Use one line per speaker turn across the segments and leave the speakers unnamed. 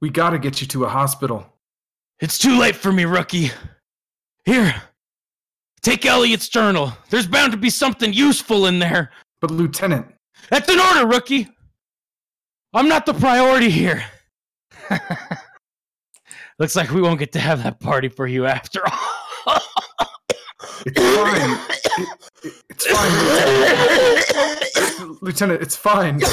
We gotta get you to a hospital.
It's too late for me, rookie. Here, take Elliot's journal. There's bound to be something useful in there.
But, Lieutenant,
That's an order, rookie. I'm not the priority here. Looks like we won't get to have that party for you after all.
it's fine. It, it, it's fine, Lieutenant. Lieutenant, it's fine.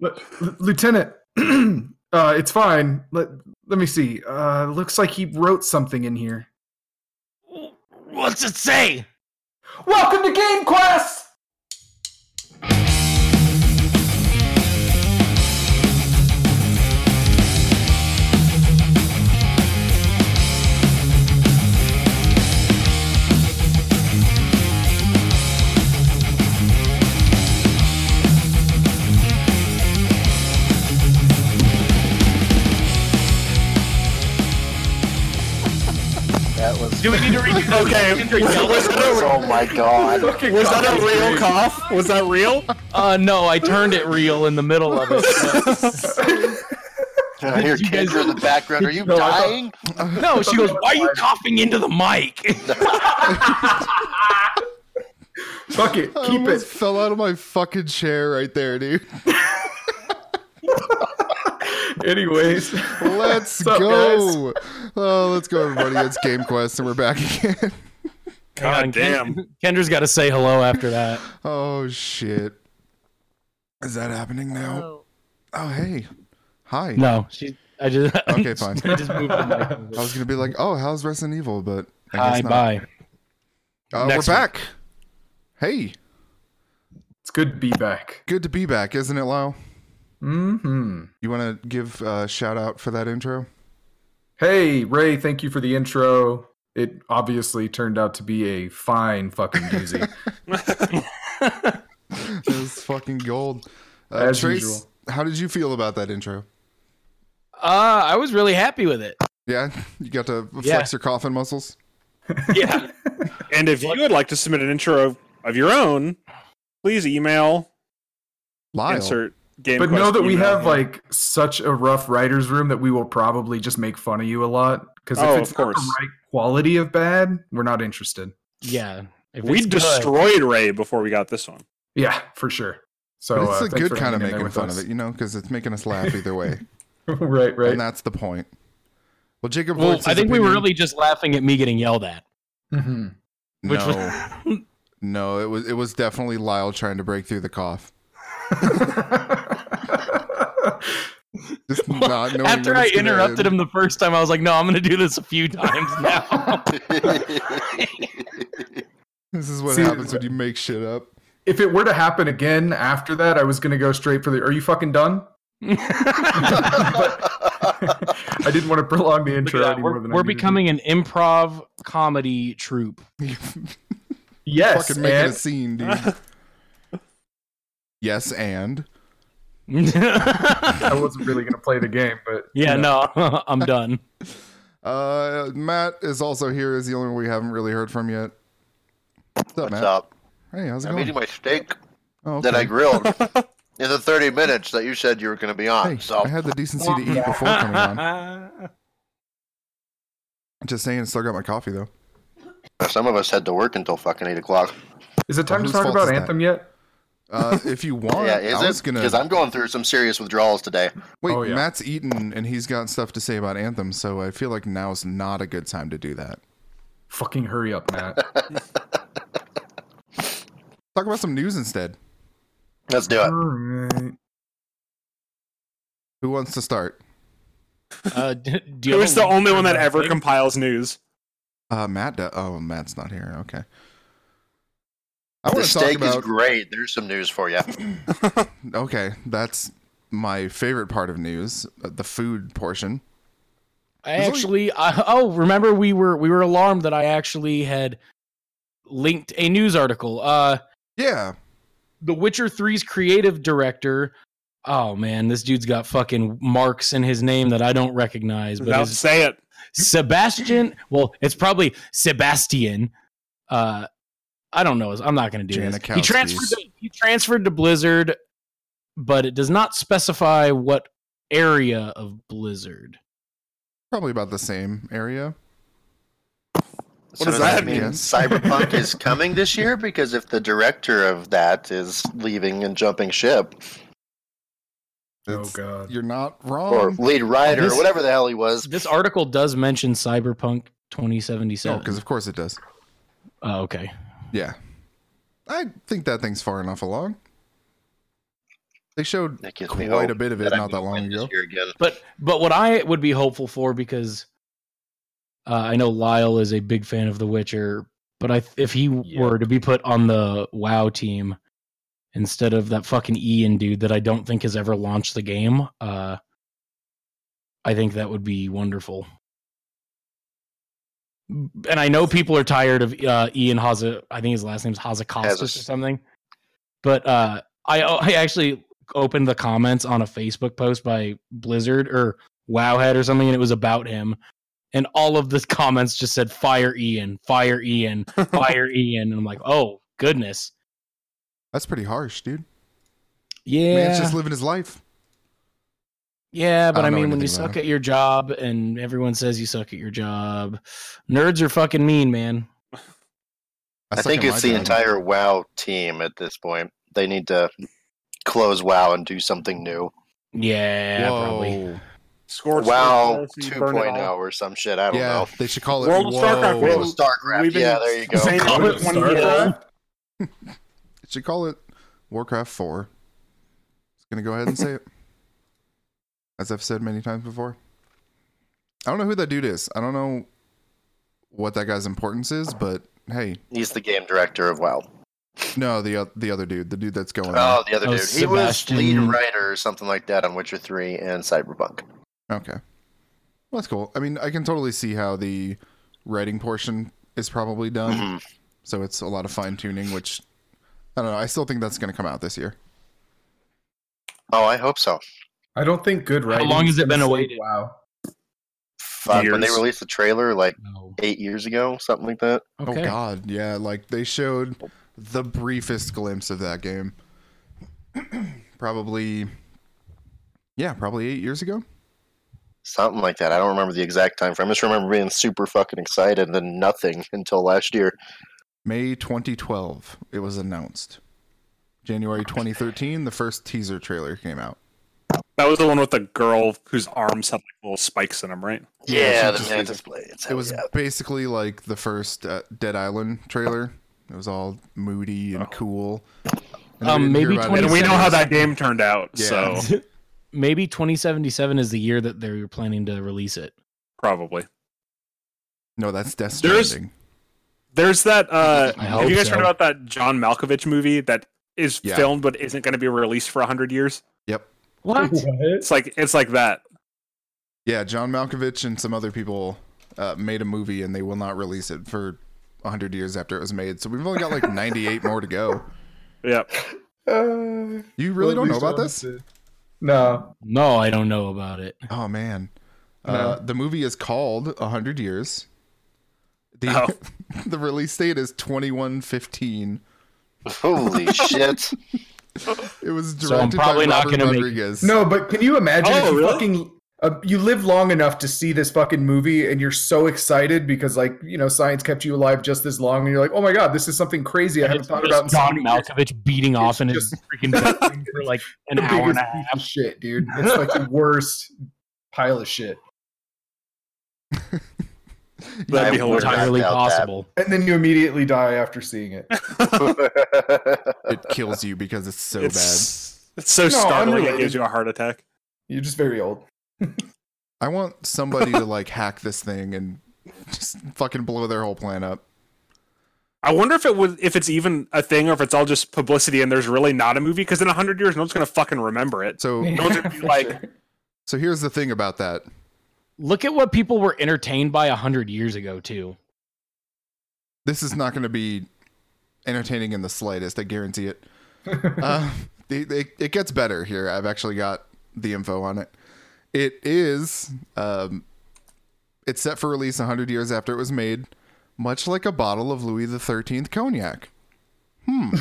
L- L- Lieutenant, uh, it's fine. Let, let me see. Uh, looks like he wrote something in here.
What's it say?
Welcome to Game Quest!
That was.
Do we need to redo that?
Okay, was that
Oh my god.
a, was that a real cough? Was that real?
Uh, no, I turned it real in the middle of it.
I hear
You guys-
kids in the background. Are you
No, I thought-
dying?
No, she goes, "Why are you coughing into the mic?"
Fuck it.
I
Keep
almost
it.
fell out of my fucking chair right there, dude.
Anyways.
Let's
What's up,
go. Oh, let's go, everybody. It's Game Quest, and we're back again.
Hang on, Ken- Kendra's got to say hello after that.
Oh shit. Is that happening now?
Oh,
Oh hey. Hi.
No, she. I just.
Okay, fine.
I just moved the mic. a little
I was gonna be like, oh, how's Resident Evil? But
bit.
I guess
Hi,
not.
bye.
Uh,
Next
we're
one.
back. Hey,
It's good to be back.
good to be back, isn't it, Lau?
hmm
You want to give a shout out for that intro?
Hey, Ray, thank you for the intro. It obviously turned out to be a fine fucking doozy.
It was fucking gold. Uh,
As
Trace,
usual.
how did you feel about that intro?
Uh, I was really happy with it.
Yeah, you got to flex
Yeah.
your coffin muscles.
Yeah.
And if you would like to submit an intro of, of your own, please email
Lyle.
insert game.
but know
Quest
that we
email
have
here.
like such a rough writer's room that we will probably just make fun of you a lot. Because
Oh,
if
of
it's not the
course.
right quality of bad, we're not interested.
Yeah. If
we
it's good.
destroyed Ray before we got this one.
Yeah, for sure. So
But it's
uh,
a
thanks
good
for
kind of
hanging in there
making
with
fun
us.
of it, you know, because it's making us laugh either way,
right, right.
and that's the point. Well, Jacob,
Well,
Voigt's
I think we were
opinion-
really just laughing at me getting yelled at.
Mm-hmm.
hmm
Which
no,
was
no, it was it was definitely Lyle trying to break through the cough. Just not knowing
after
when
I
it's gonna
interrupted
end.
him the first time. I was like, "No, I'm going to do this a few times now."
This is what
See,
happens when you make shit up.
if it were to happen again after that, I was going to go straight for the. Are you fucking done? I didn't want to prolong the intro any more
we're
than I
we're
needed to.
becoming an improv comedy troupe.
yes,
fucking making a
and-
scene, dude. yes, and
yeah,
I wasn't really going to play the game, but
no, I'm done.
uh, Matt is also here. Is the only one we haven't really heard from yet. What's up,
What's
Matt?
up?
Hey, how's it
I'm
going?
eating my steak
oh,
that I
okay.
grilled in the 30 minutes that you said you were going to be on.
Hey,
so
I had the decency to eat before coming on. Just saying, I still got my coffee though.
some of us had to work until fucking 8 o'clock.
Is it time
Well,
to talk
whose fault is
about
that?
Anthem yet?
Uh, if you want,
yeah, is
I was
it?
gonna
Because I'm going through some serious withdrawals today.
wait.
Oh, yeah.
Matt's eaten and he's got stuff to say about Anthem, so I feel like now's not a good time to do that.
Fucking hurry up, Matt.
Talk about some news instead.
Let's do it.
All right.
Who wants to start?
Uh, d- do you
It
have
was
a
the
link
only
for
one that
the
ever
thing?
compiles news.
Uh, Matt. do- oh, Matt's not here. Okay. I
The
want to talk
steak
about.
is great. There's some news for you.
okay, that's my favorite part of news, uh, the food portion.
I
There's only-
actually, I, oh, remember we were we were alarmed that I actually had linked a news article. Uh,
Yeah,
The Witcher 3's creative director. Oh man, this dude's got fucking marks in his name that I don't recognize. But
Without
his,
say it.
Sebastian, well, it's probably Sebastian. Uh, I don't know. I'm not going to do this. He
Janikowski's.
transferred. To, he transferred to Blizzard, but it does not specify what area of Blizzard?
Probably about the same area.
So
does that mean?
Cyberpunk is coming this year because if the director of that is leaving and jumping ship,
Oh
It's-
god.
You're not
or
wrong.
lead writer,
This-
or whatever the hell he was,
This article does mention Cyberpunk
No,
2077.
because of course it does.
oh, okay.
Yeah. I think that thing's far enough along. They showed
that gives me
quite
hope
a bit of it
that I
not that
will
long
win this
ago.
year again.
But but what I would be hopeful for because uh, I know Lyle is a big fan of The Witcher, but I if he were to be put on the WoW team instead of that fucking Ian dude that I don't think has ever launched the game, uh, I think that would be wonderful. And I know people are tired of uh, Ian Haza. I think his last name's Hazakostas or
Hazas.
something. But uh, I I actually opened the comments on a Facebook post by Blizzard or Wowhead or something, and it was about him. And all of the comments just said "Fire Ian, Fire Ian, Fire Ian," and I'm like, "Oh goodness,
That's pretty harsh, dude.
yeah,
Man's just living his life.
yeah." But
I
I,
don't know
mean, when you
anything about
suck at your job and everyone says you suck at your job, nerds are fucking mean, man.
I,
I
suck
think
at
it's
my
the
job.
entire WoW team at this point. They need to close WoW and do something new.
Yeah,
Whoa.
probably.
Scorched
WoW
Earth, you burn it all.
2.0th or some shit. I don't
yeah,
know.
they should call it
World of
Whoa.
StarCraft,
World
Well,
of StarCraft.
we've been
Yeah, there you go.
saying
Call
that
it
for
one
years.
year.
They should call it Warcraft 4. Just gonna go ahead and say it. As I've said many times before. I don't know who that dude is. I don't know what that guy's importance is, but hey,
He's the game director of WoW.
no, the o- the other dude, the dude that's going.
Oh, the other
Oh,
dude. He was lead
Sebastian.
writer or something like that on Witcher 3 and Cyberpunk.
Okay. Well, that's cool. I mean, I can totally see how the writing portion is probably done.
Mhm.
So it's a lot of fine tuning, which I don't know. I still think that's going to come out this year.
Oh, I hope so.
I don't think good writing.
long has it been awaited?
awaited? Wow.
Fuck, when they
Years.
released the trailer like
No.
eight years ago, something like that.
Oh, Okay.
Oh God, yeah. Like they showed the briefest glimpse of that game. probably, yeah, probably eight years ago.
Something like that. I don't remember the exact time frame. I just remember being super fucking excited and then nothing until last year.
May 2012, it was announced. January 2013, the first teaser trailer came out.
That was the one with the girl whose arms had like little spikes in them, right?
Yeah,
Yeah,
it's
the
just
man
like-
display. It's
Oh,
It was
yeah.
basically like the first uh, Dead Island trailer. It was all moody
Oh.
and cool. And
Um,
we didn't
maybe
hear about it
And we
until-
know how that game turned out,
Yeah.
so
Maybe 2077 is the year that they're planning to release it.
probably.
No, that's Death
There's-
Stranding.
There's that. uh
I
Have
hope
you guys
so.
heard about that John Malkovich movie that is
Yeah.
filmed but isn't going to be released for hundred years?
Yep.
What?
It's like it's like that.
Yeah, John Malkovich and some other people uh, made a movie, and they will not release it for 100 years after it was made. So we've only got like 98 more to go.
Yep.
Uh,
You really
well,
don't
at
know
least
about
I
this?
did. No.
No, I don't know about it.
Oh man,
No.
uh, the movie is called 100 Years. The
Oh.
the release date is 2115.
Holy shit.
It was directed
So I'm probably
by
not
Robert
gonna make-
Rodriguez.
No, but can you imagine
Oh,
if you
really?
fucking uh, you live long enough to see this fucking movie and you're so excited because like, you know, science kept you alive just as long and you're like, "Oh my god, this is something crazy I haven't
It's
thought
just
about in so
John
many years."
Malkovich beating off in his
just-
freaking bedroom for like an
the
hour and
biggest
a
piece
half.
of shit, dude. It's like the worst pile of shit.
That'd be
I would
hilarious.
not
Entirely
doubt that.
possible.
And then you immediately die after seeing it.
it kills you because it's so bad.
it's it's so
No,
startling it
unrelated.
gives you a heart attack.
You're just very old.
I want somebody to like hack this thing and just fucking blow their whole plan up.
I wonder if it was if it's even a thing or if it's all just publicity and there's really not a movie because in hundred years no one's going to fucking remember it.
So
Those would be like-
so here's the thing about that.
Look at what people were entertained by a hundred years ago too.
This is not going to be entertaining in the slightest. I guarantee it. uh, it, it. It gets better here. I've actually got the info on it. It is. Um, it's set for release 100 years after it was made, much like a bottle of Louis XIII cognac. Hmm.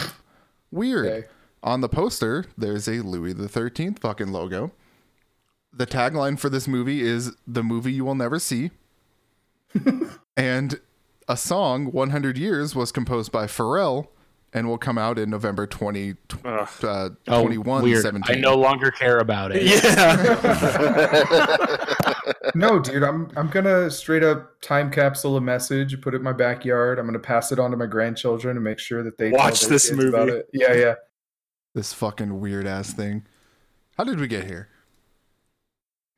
Weird.
Okay.
On the poster, there's a Louis XIII fucking logo. The tagline for this movie is "The movie you will never see," and a song "100 Years" was composed by Pharrell and will come out in November 20,
Ugh.
uh,
Oh,
21,
weird.
17.
I no longer care about it.
Yeah.
no, dude, I'm I'm gonna straight up time capsule a message, put it in my backyard. I'm gonna pass it on to my grandchildren and make sure that they tell
Watch
their
this
kids about
movie.
it. Yeah, yeah.
This fucking weird ass thing. How did we get here?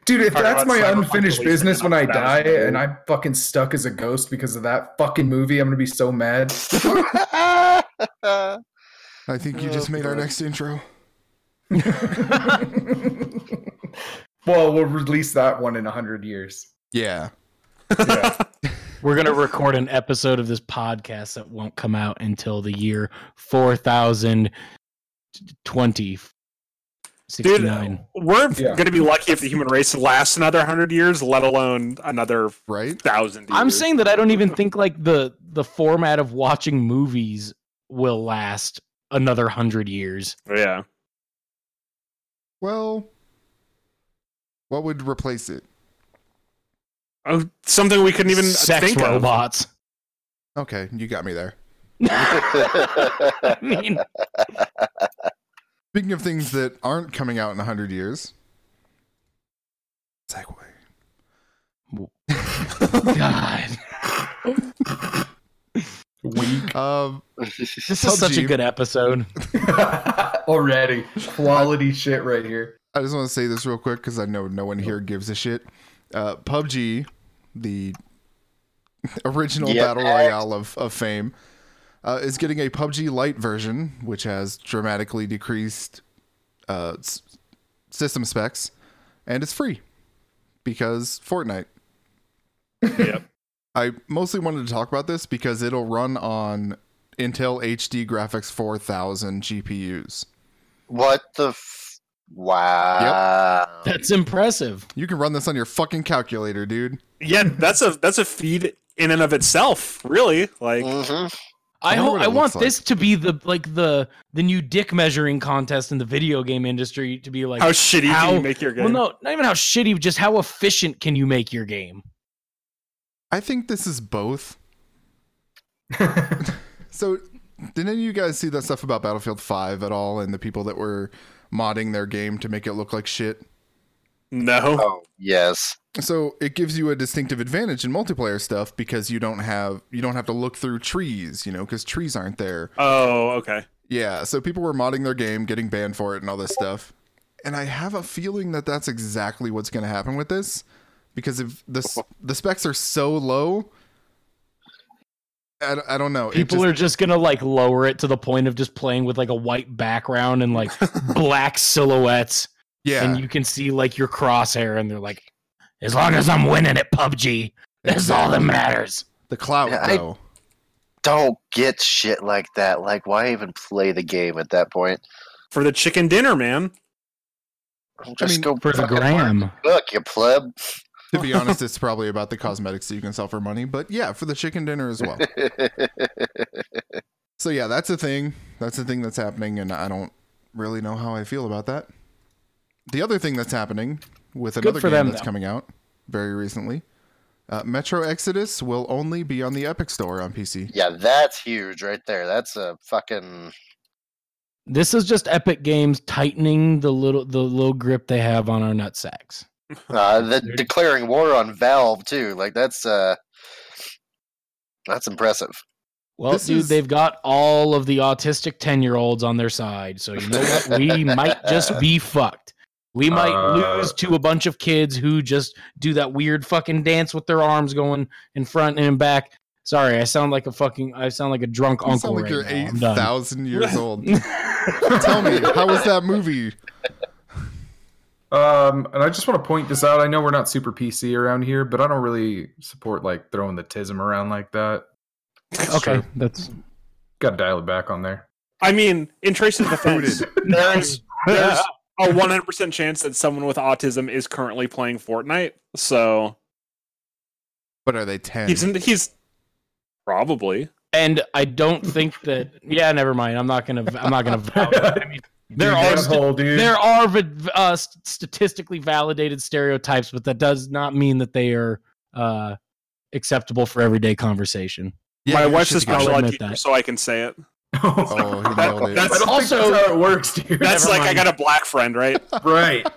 Dude, if
Talk
that's
about
my
Cyberpunk
unfinished
releasing
business
it
when I
up
die
fast, dude.
and I'm fucking stuck as a ghost because of that fucking movie, I'm gonna be so mad.
I think you
Oh,
just made our
God.
next intro.
well, we'll release that one in hundred years.
Yeah.
Yeah.
We're gonna record an episode of this podcast that won't come out until the year four thousand twenty sixty
Dude,
nine.
we're
Yeah.
going to be lucky if the human race lasts another 100 years, let alone another
Right?
1,000 years.
I'm saying that I don't even think like the the format of watching movies will last another hundred years.
Yeah.
Well, what would replace it?
Oh, something we couldn't even
Sex
think of.
robots.
Okay, you got me there.
I mean,
Speaking of things that aren't coming out in 100 years. Segway.
God,
Weak
Um,
this is such a
PUBG.
good episode.
already. Quality shit right here.
I just want to say this real quick because I know no one here gives a shit. Uh, PUBG, the original
Yeah,
battle
Alex.
royale of, of fame, uh, is getting a PUBG Lite version, which has dramatically decreased uh, s- system specs, and it's free because Fortnite.
Yep.
I mostly wanted to talk about this because it'll run on Intel HD Graphics 4000 GPUs.
what the? F- wow.
That's impressive.
You can run this on your fucking calculator, dude.
Yeah, that's a that's a feed in and of itself, really. Like
Mhm.
I
wonder
hope
what it
I want
looks like.
this to be the like the the new dick measuring contest in the video game industry to be like
how shitty
how-
can you make your game?
well no not even how shitty just how efficient can you make your game
I think this is both. So, did any of you guys see that stuff about Battlefield 5 at all and the people that were modding their game to make it look like shit?
No.
Oh yes.
So, it gives you a distinctive advantage in multiplayer stuff because you don't have you don't have to look through trees, you know, cuz trees aren't there.
Oh, okay.
Yeah, so people were modding their game, getting banned for it and all this stuff. And I have a feeling that that's exactly what's going to happen with this because if the s- the specs are so low I, d- I don't know. It
people
just-
are just gonna like lower it to the point of just playing with like a white background and like black silhouettes
yeah.
and you can see like your crosshair and they're like as long as i'm winning at pubg that's all that matters
the clout
Yeah, I-
though.
Don't get shit like that. Like, why even play the game at that point?
For the chicken dinner, man.
Just
mean,
go
for the
fucking
gram
Look, you pleb.
to be honest, it's probably about the cosmetics that you can sell for money, but yeah, for the chicken dinner as well. so yeah, that's a thing. That's a thing that's happening, and I don't really know how I feel about that. The other thing that's happening with another
for
game
them,
that's
though.
coming out very recently, uh, Metro Exodus will only be on the Epic Store on PC.
yeah, that's huge right there. That's a fucking.
this is just epic games tightening the little the little grip they have on our nut sacks
Uh, the declaring war on Valve too. Like that's uh, that's impressive.
well
This
dude
is-
they've got all of the autistic 10 year olds on their side so you know what we might just be fucked we might
Uh.
lose to a bunch of kids who just do that weird fucking dance with their arms going in front and in back sorry i sound like a fucking i sound like a drunk
You
uncle
sound like
right
you're
now.
eight
I'm done.
thousand years old. Tell me, how was that movie?
Um, and I just want to point this out. I know we're not super PC around here, but I don't really support like throwing the tism around like that.
okay that's
Got to dial it back on there.
I mean, in Trace's defense, there's there's a 100% chance that someone with autism is currently playing Fortnite. So,
But are they ten?
he's in, he's probably
and Oh, i don't think that yeah never mind i'm not gonna i'm not gonna vouch. I mean, There
Dude,
are
that
st-
hole, dude.
there are va- uh, st- statistically validated stereotypes, but that does not mean that they are uh, acceptable for everyday conversation.
Yeah,
My
you're
wife's a
shit
special
together.
ed
admit
teacher,
that.
so I can say it.
Oh, he nailed it.
That's-
I don't also,
also-
think that's how it works, dude.
That's
Never
like I
mind.
got a black friend, right?
right.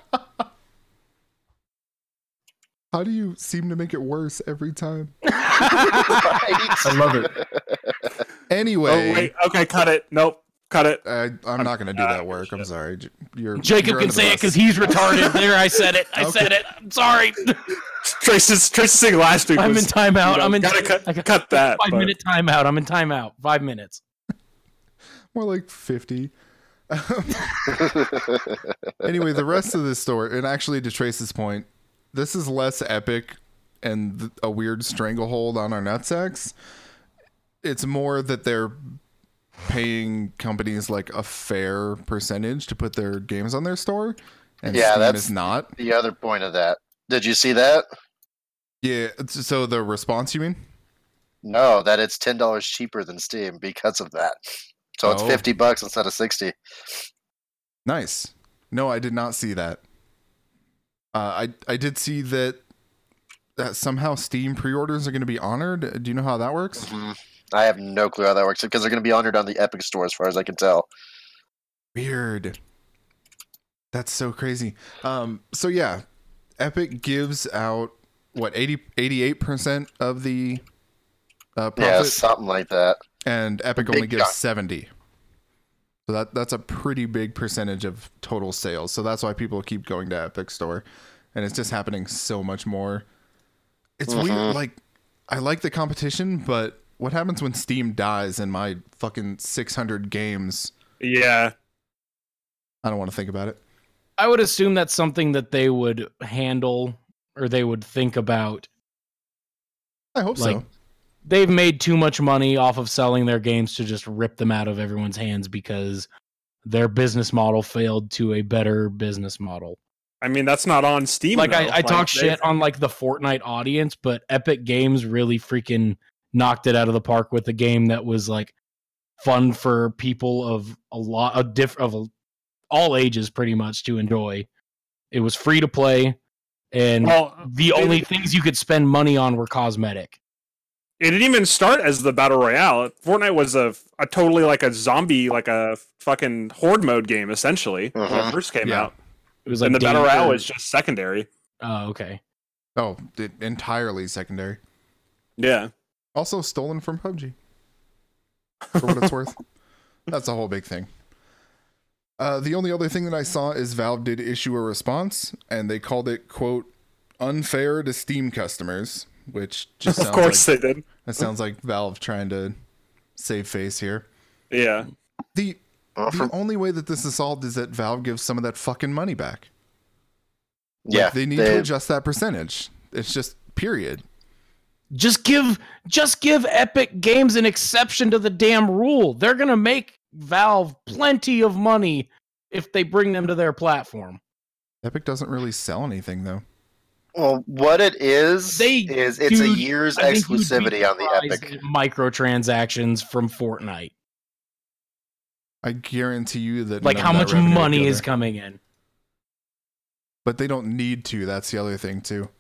How do you seem to make it worse every time?
I love it.
Anyway,
Oh wait, okay, cut it. Nope, cut it.
I, I'm not going to do
Uh,
that work. I'm sorry. J- You're,
Jacob
you're
can
under the
say it
bus.
because he's retarded. there, I said it. I
Okay.
said it. I'm sorry.
Trace's Trace's thing last week.
I'm in
was,
timeout.
you know,
I'm in
gotta
I got
cut, cut that.
five
but-
minute timeout. I'm in timeout. Five minutes.
more like 50. anyway, the rest of this story, and actually to Trace's point, this is less epic and th- a weird stranglehold on our nutsacks. It's more that they're paying companies like a fair percentage to put their games on their store, and
Yeah,
Steam
that's-
is not.
the other point of that. Did you see that?
Yeah. it's- So the response, you mean?
No, that it's ten dollars cheaper than Steam because of that. So it's
Oh.
fifty bucks instead of sixty.
Nice. No, I did not see that. Uh, I I did see that that somehow Steam pre-orders are going to be honored. Do you know how that works?
Mhm. I have no clue how that works because they're going to be honored on the Epic Store, as far as I can tell.
Weird. That's so crazy. Um, so yeah, Epic gives out what 88 percent of the uh, profit,
Yeah, something like that.
and Epic
big
only gives
chunk.
seventy. So that that's a pretty big percentage of total sales. So that's why people keep going to Epic Store, and it's just happening so much more. It's weird.
Mhm.
Like I like the competition, but what happens when Steam dies and my fucking six hundred games?
Yeah,
I don't want to think about it.
I would assume that's something that they would handle or they would think about.
I hope
Like,
so.
They've made too much money off of selling their games to just rip them out of everyone's hands because their business model failed to a better business model.
I mean that's not on Steam.
like
though.
I, I talk
they-
shit on like the Fortnite audience, but Epic Games really freaking knocked it out of the park with a game that was like fun for people of a lot of diff of a, all ages pretty much to enjoy. It was free to play, and
Well,
the only things you could spend money on were cosmetic.
it didn't even start as the battle royale. Fortnite was a, a totally like a zombie, like a fucking horde mode game essentially when
Mhm.
it first came
Yeah.
out,
It was like
and the battle
Danger-
royale was just secondary.
oh okay.
Oh, it, entirely secondary.
Yeah,
Also stolen from PUBG. For what it's worth. That's a whole big thing. Uh, the only other thing that I saw is Valve did issue a response and they called it, quote, unfair to Steam customers, which just sounds
of course
like,
they did.
that sounds like Valve trying to save face here.
Yeah,
The
Well,
the
for-
only way that this is solved is that Valve gives some of that fucking money back. Like,
yeah,
They need to adjust that percentage. It's just period.
Just give just give Epic Games an exception to the damn rule. They're gonna make Valve plenty of money if they bring them to their platform.
Epic doesn't really sell anything though.
well, what it is
They-
is it's a
dude,
year's
I think you'd be
exclusivity on the
surprised
Epic.
at microtransactions from Fortnite.
I guarantee you that
Like
none
how
of that
much
revenue would go
money is
there.
coming in.
but they don't need to. That's the other thing too.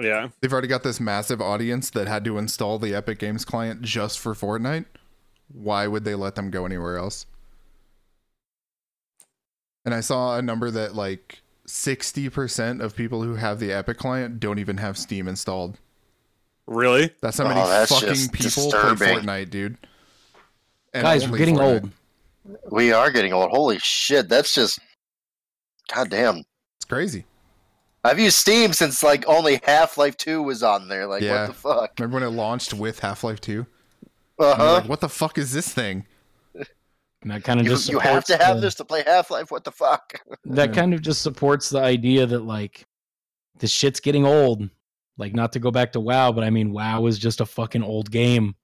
yeah.
They've already got this massive audience that had to install the Epic Games client just for Fortnite. Why would they let them go anywhere else? And I saw a number that like 60% of people who have the Epic client don't even have Steam installed.
Really?
That's how many
Oh, that's
fucking
just
people play
disturbing.
Fortnite, dude. And
Guys, we're
only
getting
Fortnite.
old.
We are getting old. Holy shit, that's just goddamn.
It's crazy.
I've used Steam since like only Half Life Two was on there. Like
Yeah.
what the fuck?
Remember when it launched with Half Life 2?
Uh
And you're
huh.
like, what the fuck is this thing?
And that kind of
You,
just
you have
supports
to have
the-
this to play Half Life. What the fuck?
That
Yeah.
kind of just supports the idea that like this shit's getting old. Like not to go back to WoW, but I mean WoW is just a fucking old game.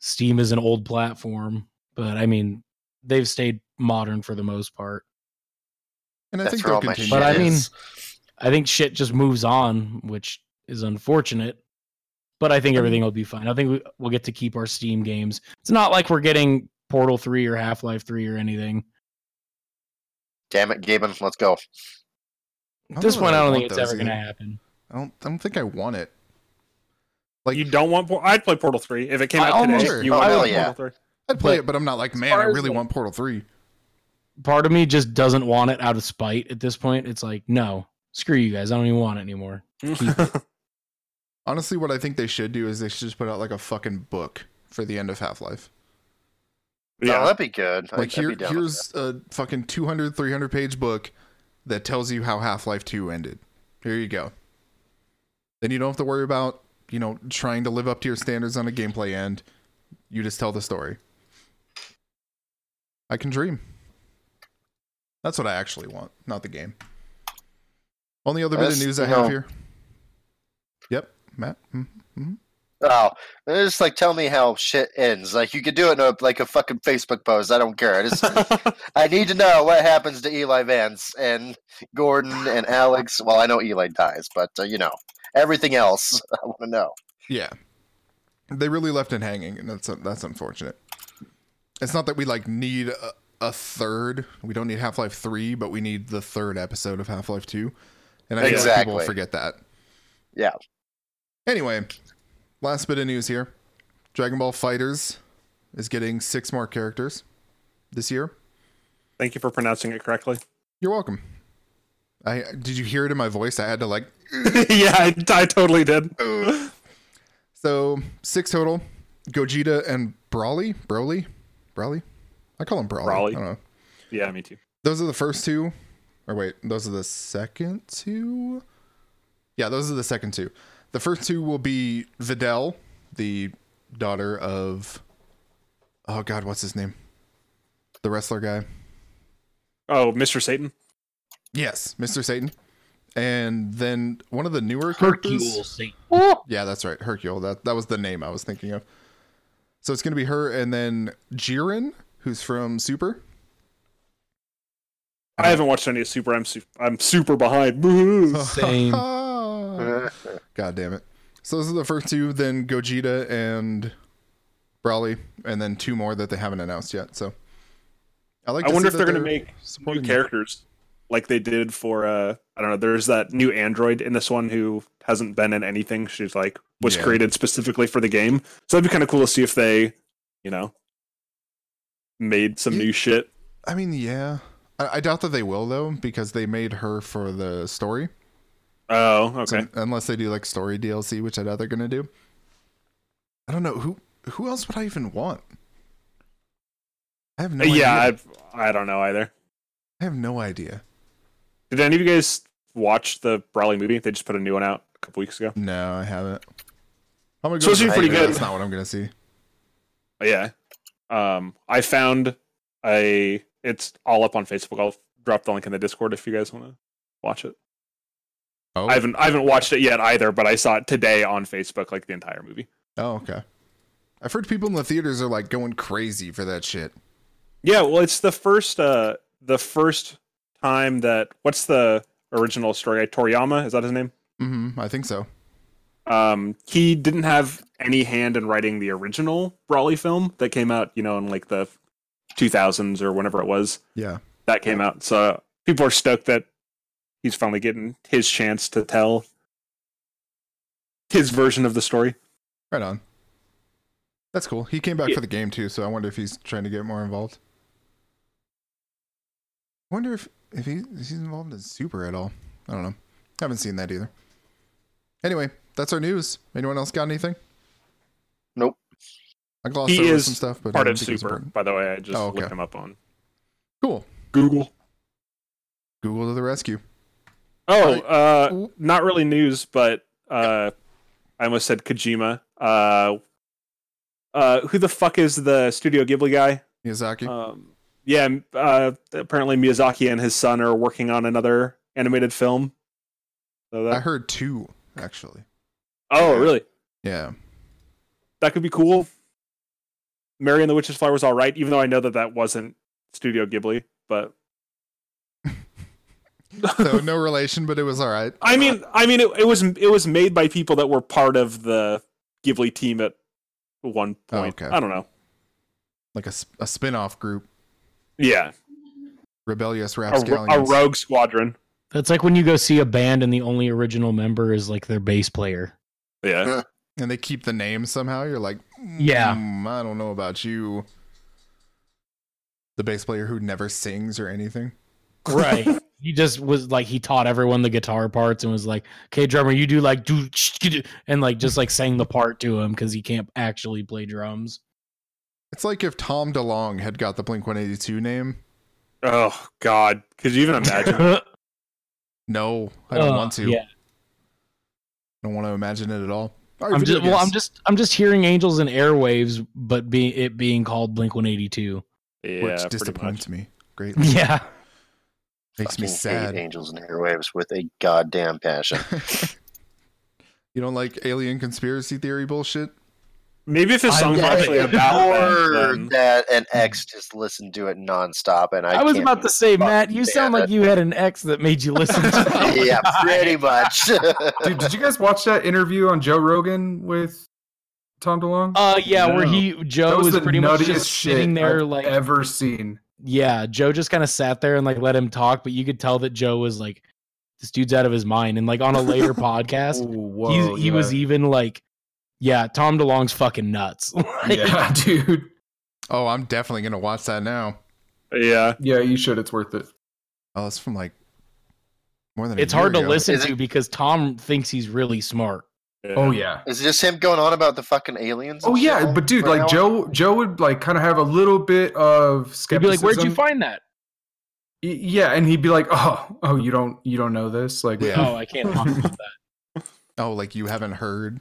Steam is an old platform, but I mean they've stayed modern for the most part.
And I
That's
think
where
they'll
all my
continue.
shit
But I mean,
is.
I think shit just moves on, which is unfortunate. But I
Mm-hmm.
think everything will be fine. I think we, we'll get to keep our Steam games. It's not like we're getting Portal 3 or Half Life 3 or anything.
Damn it, Gaben, let's go.
At this
really
point, I don't
want
think it's
those
ever going to
either.
happen.
I don't, I don't think I want it. Like
you don't want Portal. I'd play Portal Three if it came
I
out today.
almost-
you
Oh,
would
hell
play
yeah.
Portal Three.
I'd play
but-
it, but I'm not like, man,
far
I
as
really
the-
want Portal Three.
Part of me just doesn't want it out of spite at this point. It's like, no, screw you guys. I don't even want it anymore.
Honestly, what I think they should do is they should just put out like a fucking book for the end of Half Life.
Oh,
yeah,
that'd be good.
Like
Like I'd
here,
be down with
here's a fucking 200, 300 page book that tells you how Half Life Two ended. Here you go. Then you don't have to worry about you know trying to live up to your standards on a gameplay end. You just tell the story. I can dream. That's what I actually want, not the game. Only other bit of
That's-
news I
no.
have here. Yep, Matt. Mhm.
that. Oh, it's just like tell me how shit ends. Like you could do it in a, like a fucking Facebook post. I don't care. I just I need to know what happens to Eli Vance and Gordon and Alex. Well, I know Eli dies, but uh, you know everything else. I want to know.
Yeah, they really left it hanging, and that's that's unfortunate. It's not that we like need a, a third. We don't need Half Life Three, but we need the third episode of Half Life Two, and I think people
Exactly.
forget that.
Yeah.
Anyway, last bit of news here: Dragon Ball Fighters is getting six more characters this year.
thank you for pronouncing it correctly.
You're welcome. I did you hear it in my voice? I had to like
yeah, I, I totally did.
So six total. Gogeta and Brawly, Broly, Brawly. I call him Brawly.
Brawly.
I don't know.
Yeah, me too.
Those are the first two, or wait, those are the second two. Yeah, those are the second two. The first two will be Videl, the daughter of. Oh God, what's his name? The wrestler guy.
Oh, Mr. Satan.
Yes, Mr. Satan. And then one of the newer characters.
Hercule Satan.
Yeah, that's right. Hercule. That that was the name I was thinking of. So it's gonna be her and then Jiren, who's from Super.
I
Uh-huh.
haven't watched any of Super. I'm su- I'm super behind. Boo.
Same.
Hmm.
God damn it. So those are the first two, then Gogeta and Brawly, and then two more that they haven't announced yet. So I like.
I
to
wonder if
see
they're
that
gonna make new
supporting it.
characters like they did for uh I don't know. There's that new android in this one who hasn't been in anything. She's like was
Yeah.
created specifically for the game. So that'd be kind of cool to see if they, you know, made some
Yeah.
new shit.
I mean, yeah. I, I doubt that they will though, because they made her for the story.
Oh,
So
okay.
unless they do like story DLC, which I doubt they're gonna do. I don't know who who else would I even want. I have no.
Uh, yeah,
idea.
I've, I don't know either.
I have no idea.
Did any of you guys watch the Brawley movie? They just put a new one out a couple weeks ago.
No, I haven't. I'm gonna
So it's
with
pretty
that.
good.
That's not what I'm gonna see.
But yeah. Um, I found a. It's all up on Facebook. I'll drop the link in the Discord if you guys want to watch it.
Oh,
I haven't I haven't watched it yet either, but I saw it today on Facebook, like the entire movie.
oh, okay. I've heard people in the theaters are like going crazy for that shit.
Yeah, well, it's the first uh the first time that what's the original story? Toriyama is that his name?
Mm-hmm. I think so.
Um, he didn't have any hand in writing the original Brawley film that came out, you know, in like the 2000s or whenever it was.
Yeah.
that came out. So people are stoked that he's finally getting his chance to tell his version of the story.
Right on. That's cool. He came back
Yeah.
for the game too, so I wonder if he's trying to get more involved. I wonder if if he if he's involved in Super at all. I don't know. haven't seen that either. Anyway, that's our news. Anyone else got anything?
Nope.
I glossed
He
over
is
some stuff, but I
Part
didn't
of
think it was
Super,
important.
by the way. I just
Oh, okay.
looked him up on
Cool.
Google.
Google to the rescue.
Oh,
Right.
uh, not really news, but uh, I almost said Kojima. Uh, uh, who the fuck is the Studio Ghibli guy?
Miyazaki.
Um, yeah, m- uh, apparently Miyazaki and his son are working on another animated film. So
I
that,
heard two actually.
oh, really?
Yeah.
that could be cool. Mary and the Witch's Flower was all right, even though I know that that wasn't Studio Ghibli. But
So uh, no relation, but it was all right.
I mean, I mean, it, it was it was made by people that were part of the Ghibli team at one
Oh,
point.
okay.
I don't know.
Like a, s- a spin off group.
Yeah,
rebellious
A, ro- a
rapscallions.
rogue squadron.
That's like when you go see a band and the only original member is like their bass player.
Uh,
Yeah.
and they keep the name somehow. You're like,
Yeah.
"Mm, I don't know about you. The bass player who never sings or anything.
Right. he just was like he taught everyone the guitar parts and was like, "Okay, drummer, you do like do and like just like sang the part to him because he can't actually play drums."
It's like if Tom DeLong had got the Blink 182 name.
Oh God. Could you even imagine?
No, I don't
Uh,
want to.
Yeah,
I don't want to imagine it at all. All right,
I'm
video
just well, I'm
games.
just I'm just hearing Angels and Airwaves, but being it being called Blink 182.
yeah.
which
pretty much.
disappoints me greatly.
Yeah,
Makes me
Fucking hate
sad.
Angels and airwaves with a goddamn passion.
you don't like alien conspiracy theory bullshit?
Maybe if his
I
song's
love
actually
it.
about them,
Or
then-
that and
Hmm.
X just listened to it nonstop, and I,
I, was
can't-
about to say, Matt, you
fucking
sound
damn
like you had an ex that made you listen. to it.
yeah, pretty much.
Dude, did you guys watch that interview on Joe Rogan with Tom DeLonge?
Uh, yeah, where
No.
he Joe
that was,
was,
the
pretty
nuttiest
much just
shit
sitting there
I've
like
ever seen.
yeah, Joe just kind of sat there and like let him talk, but you could tell that Joe was like, this dude's out of his mind. And like on a later podcast,
whoa,
he, he was even like, yeah, Tom DeLong's fucking nuts. Like,
yeah, dude.
Oh, I'm definitely gonna watch that now.
yeah.
Yeah, you should. It's worth it.
Oh, it's from like more than a
It's hard to
year ago.
listen
Is it-
to because Tom thinks he's really smart.
Oh yeah.
Is it just him going on about the fucking aliens? and
Oh
shit
yeah, but dude,
for an
like
hour?
Joe, Joe would like kind of have a little bit of
He'd be
skepticism.
like, where'd you find that?
Y- Yeah, and he'd be like, "Oh, oh, you don't, you don't know this." Like,
Yeah.
Oh, I can't talk about that.
Oh, like you haven't heard.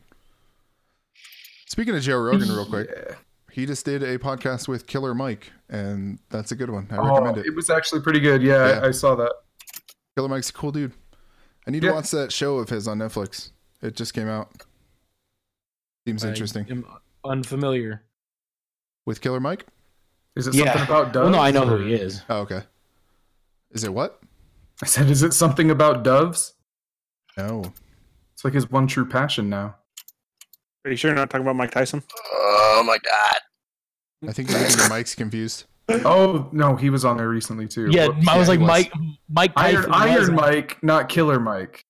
Speaking of Joe Oh, Rogan, real quick,
Yeah.
he just did a podcast with Killer Mike, and that's a good one. I
Oh,
recommend it.
it was actually pretty good. Yeah, I-
Yeah.
I, saw that.
Killer Mike's a cool dude. I need
Yeah.
to watch that show of his on Netflix. It just came out. Seems interesting.
I am unfamiliar.
With Killer Mike?
Is it
Yeah.
something about doves?
Well, no, I know who
or-
he is.
Oh, okay. Is it what?
I said, "Is it something about doves?"
No.
It's like his one true passion now.
Are you sure you're not talking about Mike Tyson?
Oh my god.
I think you're getting your Mike's confused.
Oh no, he was on there recently too.
Yeah,
Whoops.
I was
Yeah,
like
he was.
Mike. Mike
Iron
Tyson was-
Iron Mike, not Killer Mike.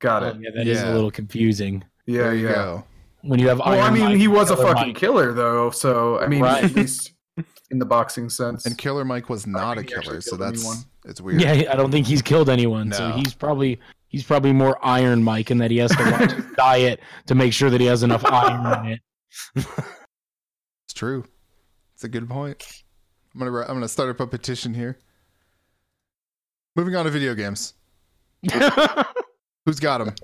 Got
Oh,
it.
yeah, that is
Yeah.
a little confusing
Yeah,
there you
yeah.
go.
when you have.
Well, I
Iron
mean,
Mike
he
and
was a
Killer
fucking
Mike.
killer though, so I mean,
Right.
at least in the boxing sense.
And Killer Mike was not a
think he actually
killer, so
killed
that's
anyone.
it's weird.
Yeah, he- I don't think he's killed anyone, so
No.
he's probably he's probably more Iron Mike in that he has to watch his diet to make sure that he has enough iron in it.
It's true. It's a good point. I'm gonna I'm gonna start up a petition here. Moving on to video games. Who's got them?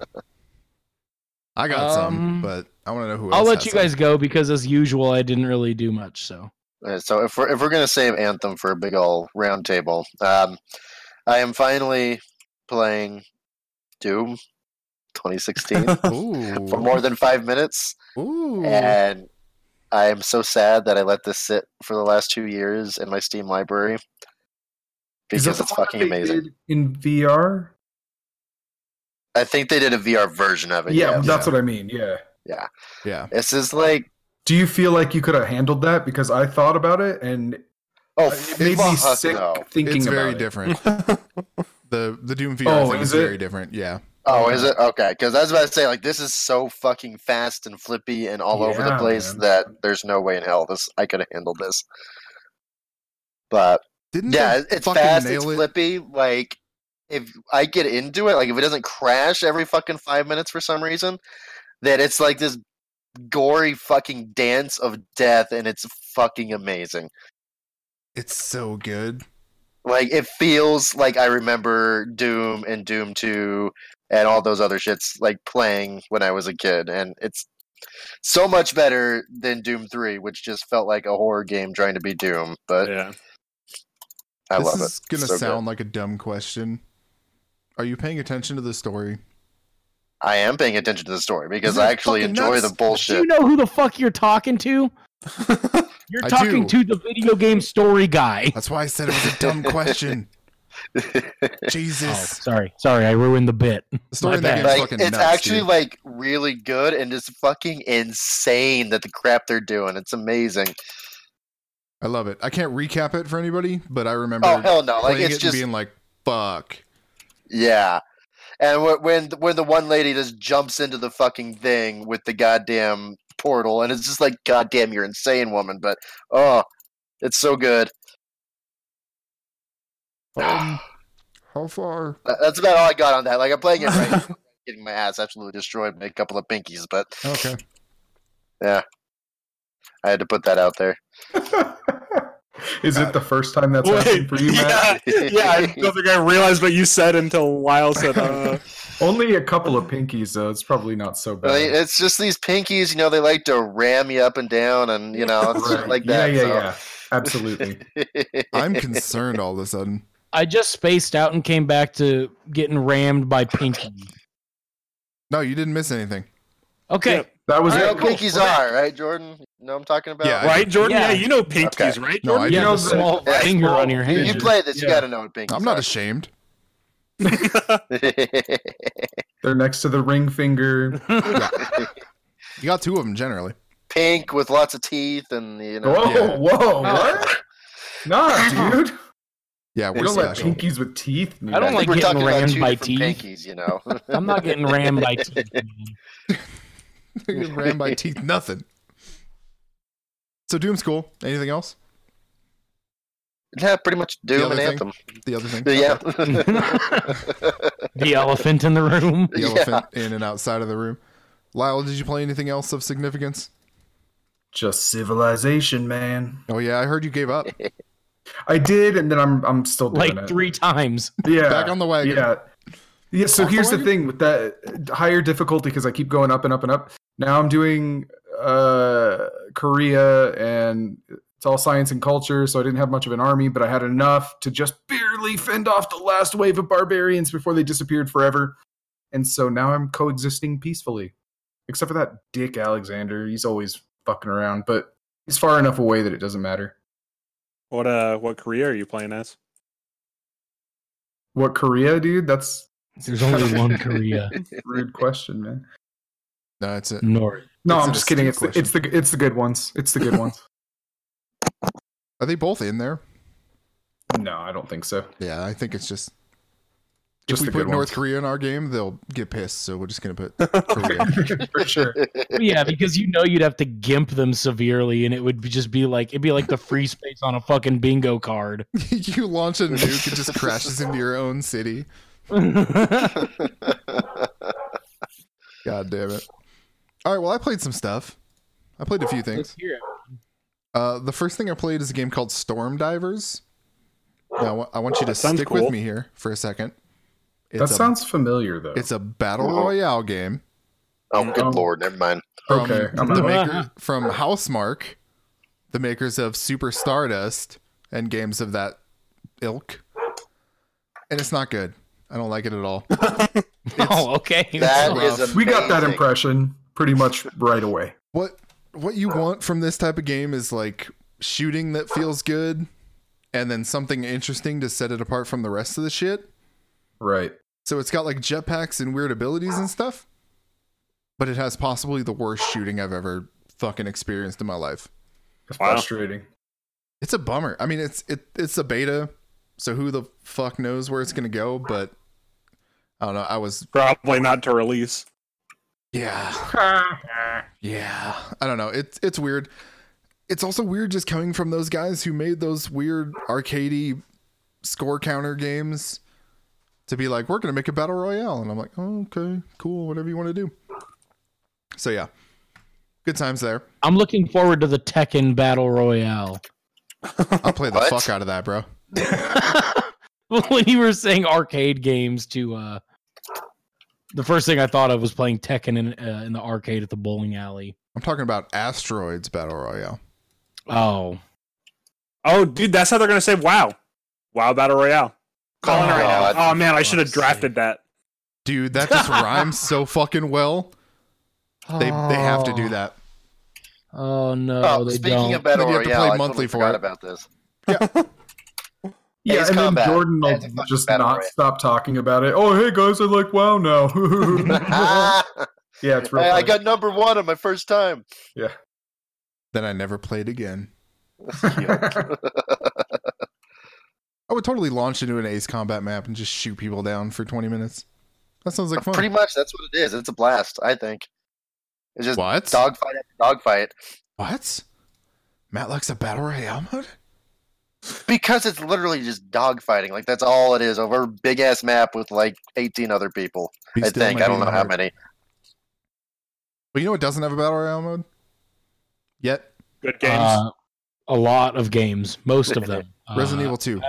I got some,
Um,
but I want to know who.
I'll
else
let
has
you
some.
guys go because, as usual, I didn't really do much. So
Uh, So if we're if we're gonna save Anthem for a big ol' round table, um, I am finally playing Doom 2016
Ooh.
for more than five minutes,
Ooh.
and I am so sad that I let this sit for the last two years in my Steam library
Is that
because
the
it's
one that
fucking
they
amazing.
did In VR?
I think they did a VR version of it.
yeah,
Yeah,
that's what I mean. Yeah.
yeah.
this is like
Do you feel like you could have handled that? Because I thought about it and
oh,
it made me
fuck
sick
no.
thinking
It's
about
very
it.
different. The the Doom VR
Oh,
thing
is
is very
it?
different. Yeah.
Oh, is it okay? Because I was about to say, like, this is so fucking fast and flippy and all over the
Yeah,
place
man.
that there's no way in hell this I could have handled this. But
Didn't
yeah,
they
it- it's
fucking
fast, it's
nail it?
flippy. Like, if I get into it, like, if it doesn't crash every fucking five minutes for some reason, that it's like this gory fucking dance of death, and it's fucking amazing.
It's so good.
Like, it feels like I remember Doom and Doom Two and all those other shits like playing when I was a kid, and it's so much better than Doom Three, which just felt like a horror game trying to be Doom. But
yeah.
I
this
love
is
it.
gonna
So good.
sound like a dumb question. Are you paying attention to the story?
I am paying attention to the story because
Isn't
I
it
actually
fucking
enjoy
nuts?
the
do you
bullshit.
know who the fuck you're talking to? You're
I
talking
do.
to the video game story guy.
That's why I said it was a dumb question.
Oh,
Jesus.
sorry, sorry, I ruined the bit.
the story
my
in that
bad.
game is
Like
fucking
it's
nuts,
actually
dude.
like really good and it's fucking insane that the crap they're doing. It's amazing.
I love it. I can't recap it for anybody, but I remember
Oh hell no! Like
playing
it's
it
just
and being like, "Fuck."
yeah. And wh- when when the one lady just jumps into the fucking thing with the goddamn portal, and it's just like, goddamn, you're insane, woman. But oh, it's so good.
Um, how far?
That- That's about all I got on that. Like I'm playing it right, now, getting my ass absolutely destroyed by a couple of pinkies, but
Okay.
I had to put that out there.
Is it the first time that's happened for you, Matt?
yeah, yeah. I don't think I realized what you said until Lyle said, uh,
Only a couple of pinkies, though. It's probably not so bad.
Well, It's just these pinkies, you know, they like to ram you up and down, and you know, it's
Right.
like that.
Yeah, yeah, yeah. Absolutely.
yeah.
I'm concerned all of a sudden.
I just spaced out and came back to getting rammed by Pinky.
No, you didn't miss anything.
Okay.
Yep.
That was
You
it.
know
Cool.
pinkies are, right, Jordan? You know what I'm talking about?
Yeah, I-
right, Jordan?
Yeah.
Yeah, you know pinkies,
Okay.
right?
No, I
You
didn't.
know,
the-
small
yeah,
finger
small-
on your
You-
hand.
You play this, you
Yeah.
gotta know what pinkies
I'm not
are.
ashamed.
They're next to the ring finger.
You got two of them generally.
Pink with lots of teeth, and you know.
Whoa,
Yeah.
whoa,
Oh.
what? Nah, dude.
Yeah,
We
we're
don't like
special.
pinkies with teeth.
I don't
think
like
we're
getting
talking about
rammed
two
by
different
teeth.
pinkies, you know.
I'm not getting rammed by teeth. man.
You're ran by teeth, nothing. So Doom's cool. Anything else?
yeah, pretty much Doom
other
and
thing?
Anthem.
The other thing?
Yeah.
Okay.
The elephant in the room.
The elephant in and outside of the room. Lyle, did you play anything else of significance?
Just civilization, man.
Oh yeah, I heard you gave up.
I did, and then I'm I'm still doing
Like
it.
three times.
Yeah,
Back on the wagon.
Yeah, yeah. So
Off the
here's the
wagon?
thing with that uh, higher difficulty because I keep going up and up and up. Now I'm doing uh Korea, and it's all science and culture. So I didn't have much of an army, but I had enough to just barely fend off the last wave of barbarians before they disappeared forever. And so now I'm coexisting peacefully, except for that dick Alexander. He's always fucking around, but he's far enough away that it doesn't matter.
what uh, what career are you playing as?
What Korea, dude? That's
There's only one Korea.
rude question, man.
No, that's it.
North.
No,
That's
I'm
an
just kidding. It's
astute
the, it's the it's the good ones. It's the good ones.
Are they both in there?
No, I don't think so.
Yeah, I think it's just if
Just
we
the
put
good
North
ones.
Korea in our game, they'll get pissed. So we're just gonna put Korea.
for sure.
Yeah, because you know you'd have to gimp them severely, and it would be- just be like it'd be like the free space on a fucking bingo card.
you launch a nuke, it just crashes into your own city. God damn it. All right, well, I played some stuff. I played a few things. Uh, the first thing I played is a game called Storm Divers. Now, I wa- I want you to
That sounds
stick
cool.
with me here for a second.
um,
It's
That
a,
sounds familiar though.
It's a battle royale game
oh,
Um,
good lord, never mind.
from
Okay, I'm
the
out.
maker, from Housemark, the makers of Super Stardust and games of that ilk. And it's not good. I don't like it at all.
Oh, okay.
That is
rough.
amazing.
we got that impression pretty much right away.
what what you want from this type of game is like shooting that feels good and then something interesting to set it apart from the rest of the shit.
Right.
So it's got like jetpacks and weird abilities and stuff. But it has possibly the worst shooting I've ever fucking experienced in my life.
It's
Wow.
frustrating.
It's a bummer. I mean, it's it it's a beta, so who the fuck knows where it's going to go, but I don't know. I was
Probably not to release.
yeah. Yeah, I don't know. It's it's weird. It's also weird just coming from those guys who made those weird arcadey score counter games to be like, we're gonna make a battle royale, and I'm like, oh, okay, cool, whatever you want to do. So yeah, good times there.
I'm looking forward to the Tekken Battle Royale.
I'll play the
What?
fuck out of that, bro.
when you were saying arcade games, to uh, the first thing I thought of was playing Tekken in, uh, in the arcade at the bowling alley.
I'm talking about asteroids battle royale.
Oh,
Oh, dude, that's how they're gonna say wow, wow battle royale. Calling it right
God.
now. Oh man, I should have
Fuck's
drafted that.
Dude, that just rhymes so fucking well. They they have to do that.
Oh no,
Oh,
they
speaking
don't.
of battle
Then you have to play
royale, I
monthly
totally
for
forgot
it.
about this.
Yeah,
Ace
and
Combat.
then Jordan will
That's a fucking
just
battle
not
royale.
stop talking about it. Oh, hey guys, I like WoW now.
Ah,
yeah, it's real.
I, I
funny.
got number one on my first time.
Then I never played again. I would totally launch into an Ace Combat map and just shoot people down for 20 minutes. That sounds like fun.
Pretty much, that's what it is. It's a blast, I think. It's just
What?
dogfight after dogfight
what? Matlock's a battle royale mode?
because it's literally just dogfighting. Like that's all it is over a big ass map with like 18 other people.
Be
I
still,
think
my
I don't know
beating
how
heart.
many.
But you know what doesn't have a battle royale mode? Yet
Good games.
Uh, a lot of games, most of them.
Resident
Uh,
Evil 2.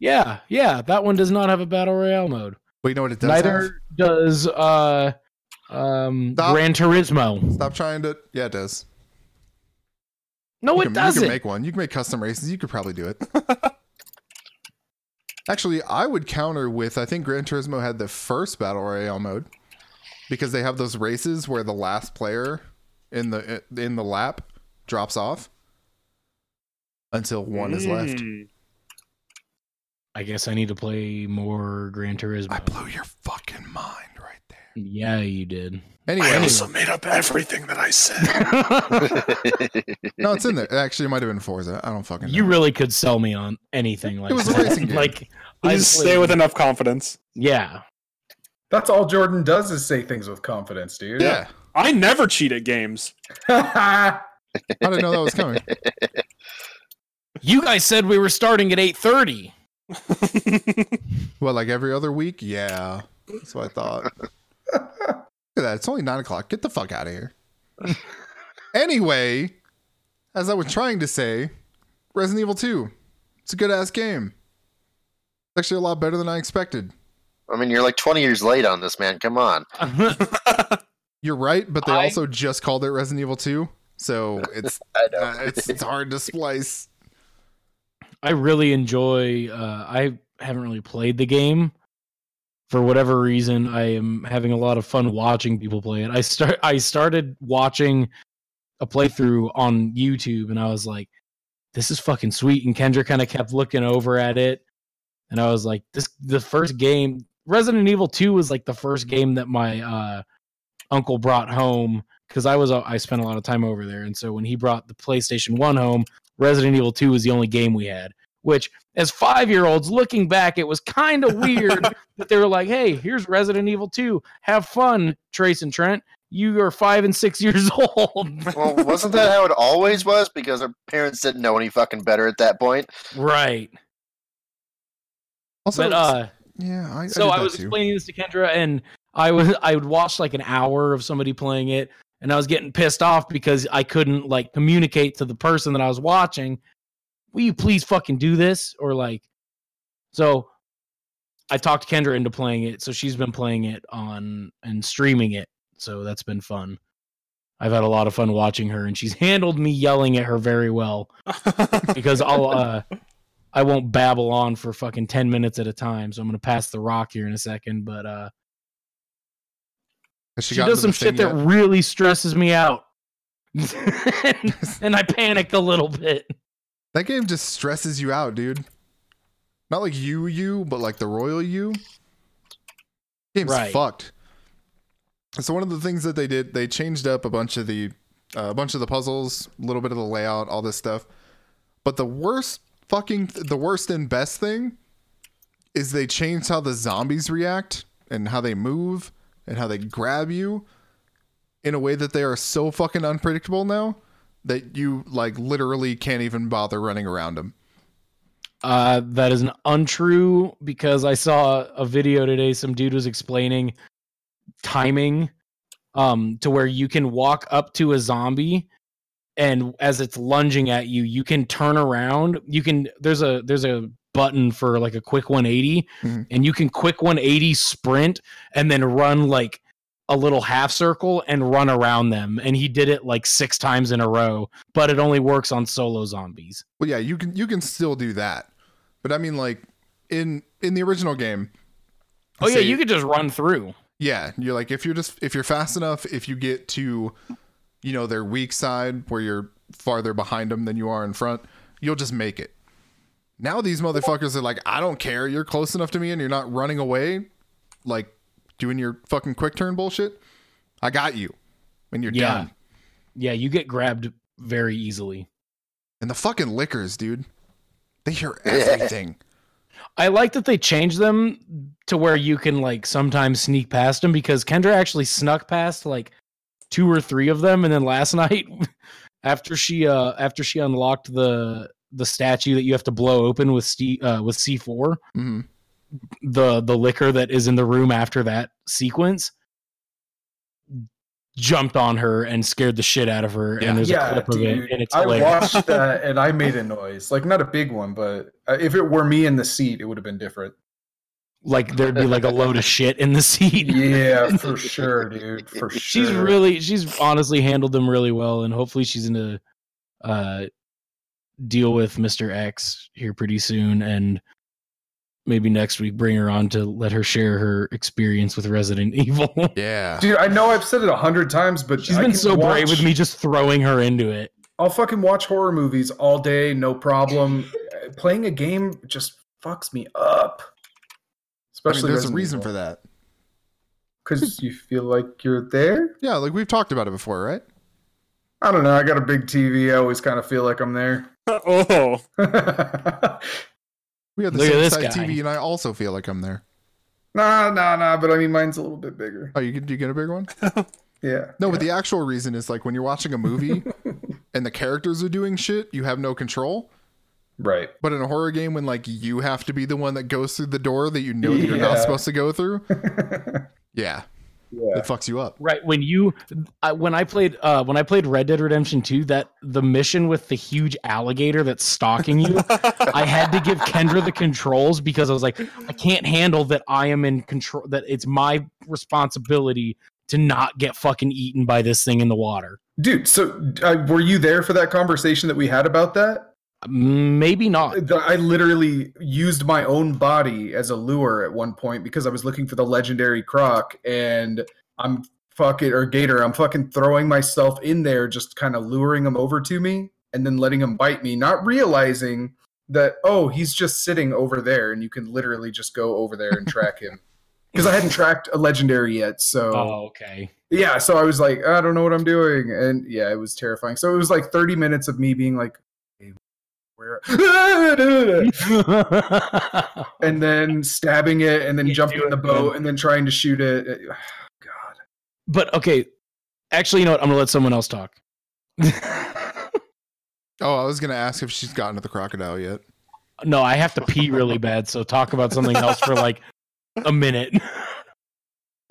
Yeah, yeah. That one does not have a battle royale mode.
But you know what it does
Neither
have?
does uh, um,
Stop.
Gran Turismo.
Stop trying to. Yeah, it does.
No, Oh,
you
it
can, You
doesn't.
can make one. You can make custom races. You could probably do it. Actually, I would counter with I think Gran Turismo had the first battle royale mode because they have those races where the last player in the in the lap drops off until one is left.
Mm.
I guess I need to play more Gran Turismo.
I blew your fucking mind right there.
yeah, you did.
Anyway,
made up everything that I said.
no, it's in there. Actually, it might have been Forza. I don't fucking know.
You really could sell me on anything like
It was a
that.
racing game.
like I
Please say
played-
with enough confidence.
yeah.
That's all Jordan does is say things with confidence, dude.
yeah.
I never cheat at games.
I didn't know that was coming.
You guys said we were starting at eight thirty.
Well, like every other week? Yeah. That's what I thought. Look at that. It's only nine o'clock. Get the fuck out of here. anyway, as I was trying to say, Resident Evil 2. It's a good ass game. It's actually a lot better than I expected.
I mean, you're like 20 years late on this, man. Come on.
You're right, but they
I-
also just called it Resident Evil 2. So it's
I know.
uh, it's, it's hard to splice.
I really enjoy. Uh, I haven't really played the game for whatever reason. I am having a lot of fun watching people play it. I start. I started watching a playthrough on YouTube, and I was like, "This is fucking sweet." And Kendra kind of kept looking over at it, and I was like, "This the first game." Resident Evil Two was like the first game that my uh, uncle brought home because I was uh, I spent a lot of time over there, and so when he brought the PlayStation One home. Resident Evil 2 was the only game we had, which, as five year olds looking back, it was kind of weird that they were like, hey, here's Resident Evil 2. Have fun, Trace and Trent. You are five and six years old.
well, wasn't that how it always was? Because our parents didn't know any fucking better at that point.
right.
Also,
but, uh,
yeah, I,
so
did
I
that
was
too.
explaining this to Kendra, and I was I would watch like an hour of somebody playing it, and I was getting pissed off because I couldn't like communicate to the person that I was watching, "Will you please fucking do this?" Or like, so I talked Kendra into playing it, so she's been playing it on and streaming it, so that's been fun. I've had a lot of fun watching her, and she's handled me yelling at her very well because I'll uh I won't babble on for fucking 10 minutes at a time. So I'm going to pass the rock here in a second, but uh
Has
she,
gotten
does
to
some
the
shit
thing
that
yet?
really stresses me out. and, and I panicked a little bit.
That game just stresses you out, dude. Not like you, you, but like the royal you. Game's
Right.
fucked. So one of the things that they did, they changed up a bunch of the, uh, a bunch of the puzzles, a little bit of the layout, all this stuff. But the worst fucking, the worst and best thing, is they changed how the zombies react and how they move and how they grab you, in a way that they are so fucking unpredictable now that you like literally can't even bother running around them.
Uh, that is an untrue because I saw a video today. Some dude was explaining timing um, to where you can walk up to a zombie, and as it's lunging at you, you can turn around. You can there's a there's a button for like a quick 180,
Mhm.
and you can quick 180 sprint and then run like a little half circle and run around them. And he did it like six times in a row, but it only works on solo zombies.
Well, yeah, you can you can still do that, but I mean, like in in the original game.
Oh yeah,
say-
you could just run through.
Yeah, you're like if you're just if you're fast enough, if you get to, you know, their weak side where you're farther behind them than you are in front, you'll just make it. Now these motherfuckers are like, I don't care. You're close enough to me, and you're not running away, like doing your fucking quick turn bullshit. I got you, and you're
Yeah.
done.
Yeah, you get grabbed very easily.
And the fucking liquors, dude. They hear everything.
I like that they changed them to where you can like sometimes sneak past them because Kendra actually snuck past like two or three of them, and then last night after she uh after she unlocked the the statue that you have to blow open with C uh, with C four
hmm
the the liquor that is in the room after that sequence jumped on her and scared the shit out of her
Yeah.
and there's
yeah,
a clip of
dude.
it and it's
I
hilarious.
watched that and I made a noise, like not a big one, but uh, if it were me in the seat, it would have been different.
like there'd be like a load of shit in the seat
Yeah, for sure, dude. For sure.
she's really she's honestly handled them really well and hopefully she's gonna uh deal with mr x here pretty soon and maybe next week bring her on to let her share her experience with resident evil
Yeah.
Dude, I know I've said it a hundred times, but
she's
I
been
can
so brave with
watch-
me just throwing her into it
I'll fucking watch horror movies all day, no problem. Uh, Playing a game just fucks me up.
I mean,
Especially
there's a reason for that.
Because you feel like you're there.
Yeah, like we've talked about it before, right?
I don't know. I got a big TV. I always kind of feel like I'm there.
oh,
We had the
Look at
same
this
size
guy.
TV, and I also feel like I'm there.
nah, nah, nah. But I mean, mine's a little bit bigger.
Oh, you get you get a bigger one?
Yeah.
No, but the actual reason is like when you're watching a movie and the characters are doing shit, you have no control.
Right.
But in a horror game, when like you have to be the one that goes through the door that you know that you're not
Yeah.
supposed to go through, yeah,
Yeah.
it fucks you up.
right when you I, when i played uh when i played red dead redemption 2 that the mission with the huge alligator that's stalking you i had to give kendra the controls because i was like i can't handle that i am in control that it's my responsibility to not get fucking eaten by this thing in the water
Dude, so uh, were you there for that conversation that we had about that?
maybe not
The- I literally used my own body as a lure at one point because I was looking for the legendary croc and I'm fucking or gator, I'm fucking throwing myself in there just kind of luring him over to me and then letting him bite me, not realizing that oh, he's just sitting over there and you can literally just go over there and track him. Cuz I hadn't tracked a legendary yet, so
oh okay
yeah so i was like i don't know what i'm doing and yeah it was terrifying so it was like 30 minutes of me being like "Hey, where and then stabbing it and then
Yeah,
jumping
do
in the
it,
boat
man.
and then trying to shoot it
but okay actually you know what i'm gonna let someone else talk
Oh, I was gonna ask if she's gotten to the crocodile yet.
no i have to pee really bad so talk about something else for like a minute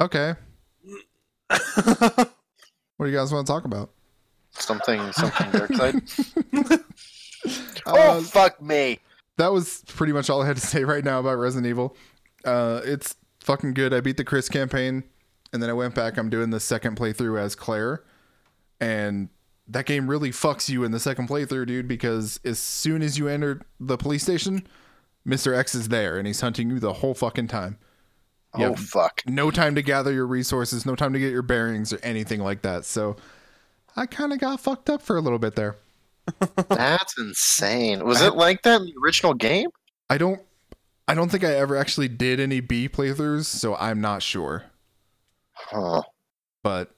Okay, what do you guys want to talk about?
Something, something dark side.
Uh,
oh fuck me!
that was pretty much all I had to say right now about Resident Evil. Uh, it's fucking good. I beat the Chris campaign, and then I went back. I'm doing the second playthrough as Claire, and that game really fucks you in the second playthrough, dude. Because as soon as you enter the police station, Mister X is there, and he's hunting you the whole fucking time.
Oh
Yep.
fuck!
No time to gather your resources, no time to get your bearings or anything like that. So I kind of got fucked up for a little bit there.
That's insane. Was it like that in the original game?
I don't I don't think I ever actually did any B playthroughs, so I'm not sure.
Huh.
But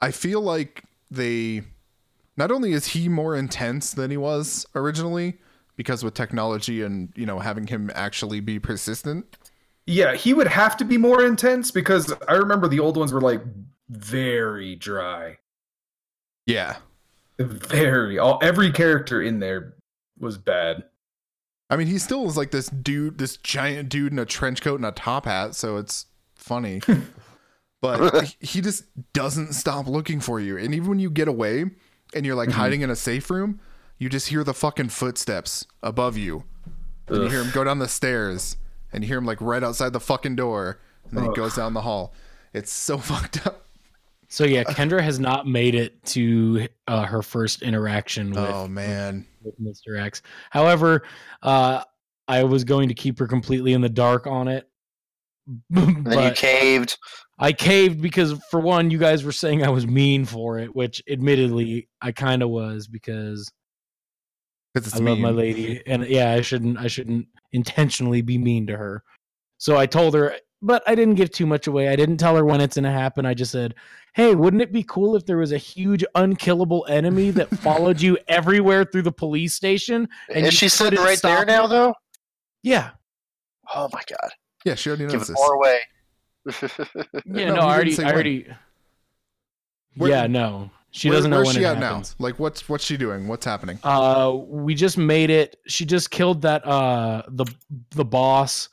I feel like they not only is he more intense than he was originally because with technology and, you know, having him actually be persistent.
yeah he would have to be more intense because i remember the old ones were like very dry
Yeah.
very all every character in there was bad
I mean, he still is like this dude, this giant dude in a trench coat and a top hat, so it's funny. but he- he just doesn't stop looking for you. And even when you get away and you're like
Mm-hmm.
hiding in a safe room, you just hear the fucking footsteps above you. And you
Ugh.
hear him go down the stairs and you hear him like right outside the fucking door. And then he goes down the hall. It's so fucked up.
So yeah, Kendra has not made it to uh, her first interaction with,
Oh, man.
with Mr. X. However, uh, I was going to keep her completely in the dark on it,
And then you
but
caved.
I caved because for one, you guys were saying I was mean for it, which admittedly I kind of was because
Because it's
I love my
mean.
lady, and yeah, I shouldn't I shouldn't intentionally be mean to her. So I told her but I didn't give too much away. I didn't tell her when it's going to happen. I just said, "Hey, wouldn't it be cool if there was a huge unkillable enemy that followed you everywhere through the police station?"
Is
you
she sitting
couldn't
right there
stop
now,
it?"
though?
Yeah.
Oh my god!
Yeah, she already
Give
knows
it
this.
more away.
Yeah,
No,
no,
you
I
didn't
already
say
I
when.
already
Where-
Yeah, no. She
Where-
doesn't know
where's
when
she
it
at
happens.
now. Like, what's what's she doing? What's happening?
Uh, we just made it. She just killed that uh the the boss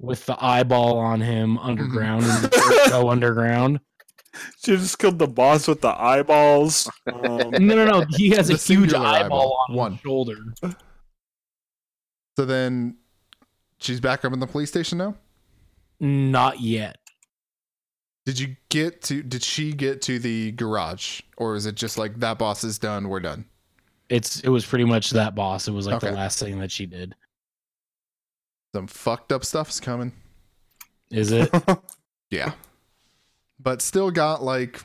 with the eyeball on him underground and the
Mm-hmm.
church go underground.
She just killed the boss with the eyeballs. Um,
No, no, no. He has
The
a huge
singular
eyeball,
eyeball.
on
One.
his shoulder.
So then, she's back up in the police station now.
Not yet.
Did you get to? Did she get to the garage, or is it just like that boss is done? We're done.
It's it was pretty much that boss. It was like the
Okay.
last thing that she did.
Some fucked up stuff's coming.
Is it?
Yeah, but still got like,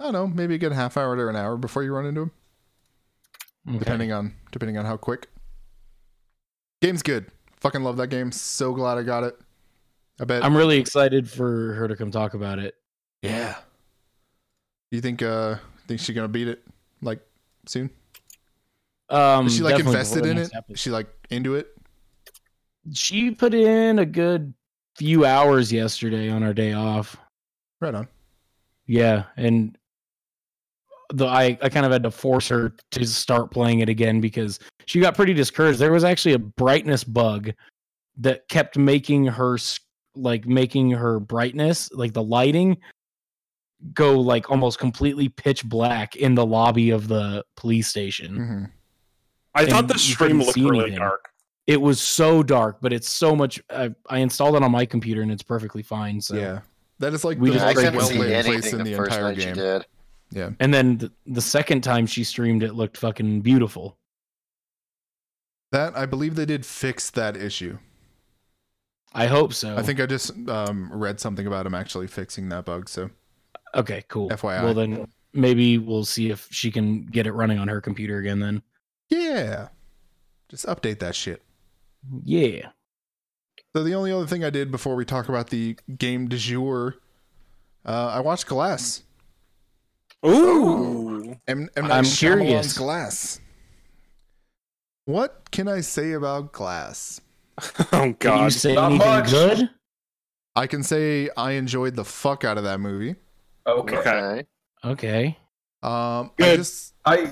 I don't know, maybe a good half hour to an hour before you run into him,
Okay.
depending on depending on how quick. Game's good. Fucking love that game. So glad I got it. I bet.
I'm really excited for her to come talk about it.
yeah. You think uh think she's gonna beat it like soon?
Um,
Is she like
definitely
invested
before the
in
next
it?
episode.
Is she like into it?
she put in a good few hours yesterday on our day off.
Right on.
Yeah, and the I I kind of had to force her to start playing it again because she got pretty discouraged. There was actually a brightness bug that kept making her s- like making her brightness, like the lighting go like almost completely pitch black in the lobby of the police station.
hmm
I thought
And
the
you
stream
couldn't
looked
see
really
anything.
dark.
It was so dark, but it's so much I, I installed it on my computer and it's perfectly fine. So
Yeah. That is like
We
the
just
I
break
most
couldn't
well
down.
see
lit place
anything
in
the
the
first
entire
night you
game.
did.
Yeah.
And then the, the second time she streamed, it looked fucking beautiful.
That I believe they did fix that issue.
I hope so.
I think I just um read something about them actually fixing that bug. So
Okay, cool.
FYI.
Well, then maybe we'll see if she can get it running on her computer again. Then,
yeah. Just update that shit.
yeah.
So the only other thing I did before we talk about the game du jour, uh, I watched Glass.
Ooh.
M. M.
I'm
Night Shyamalan's
curious.
Glass. What can I say about Glass?
Oh
Can you
god.
say
Not
anything
much.
good?
I can say I enjoyed the fuck out of that movie.
Okay.
Okay.
Okay.
Um, I
Good.
just
I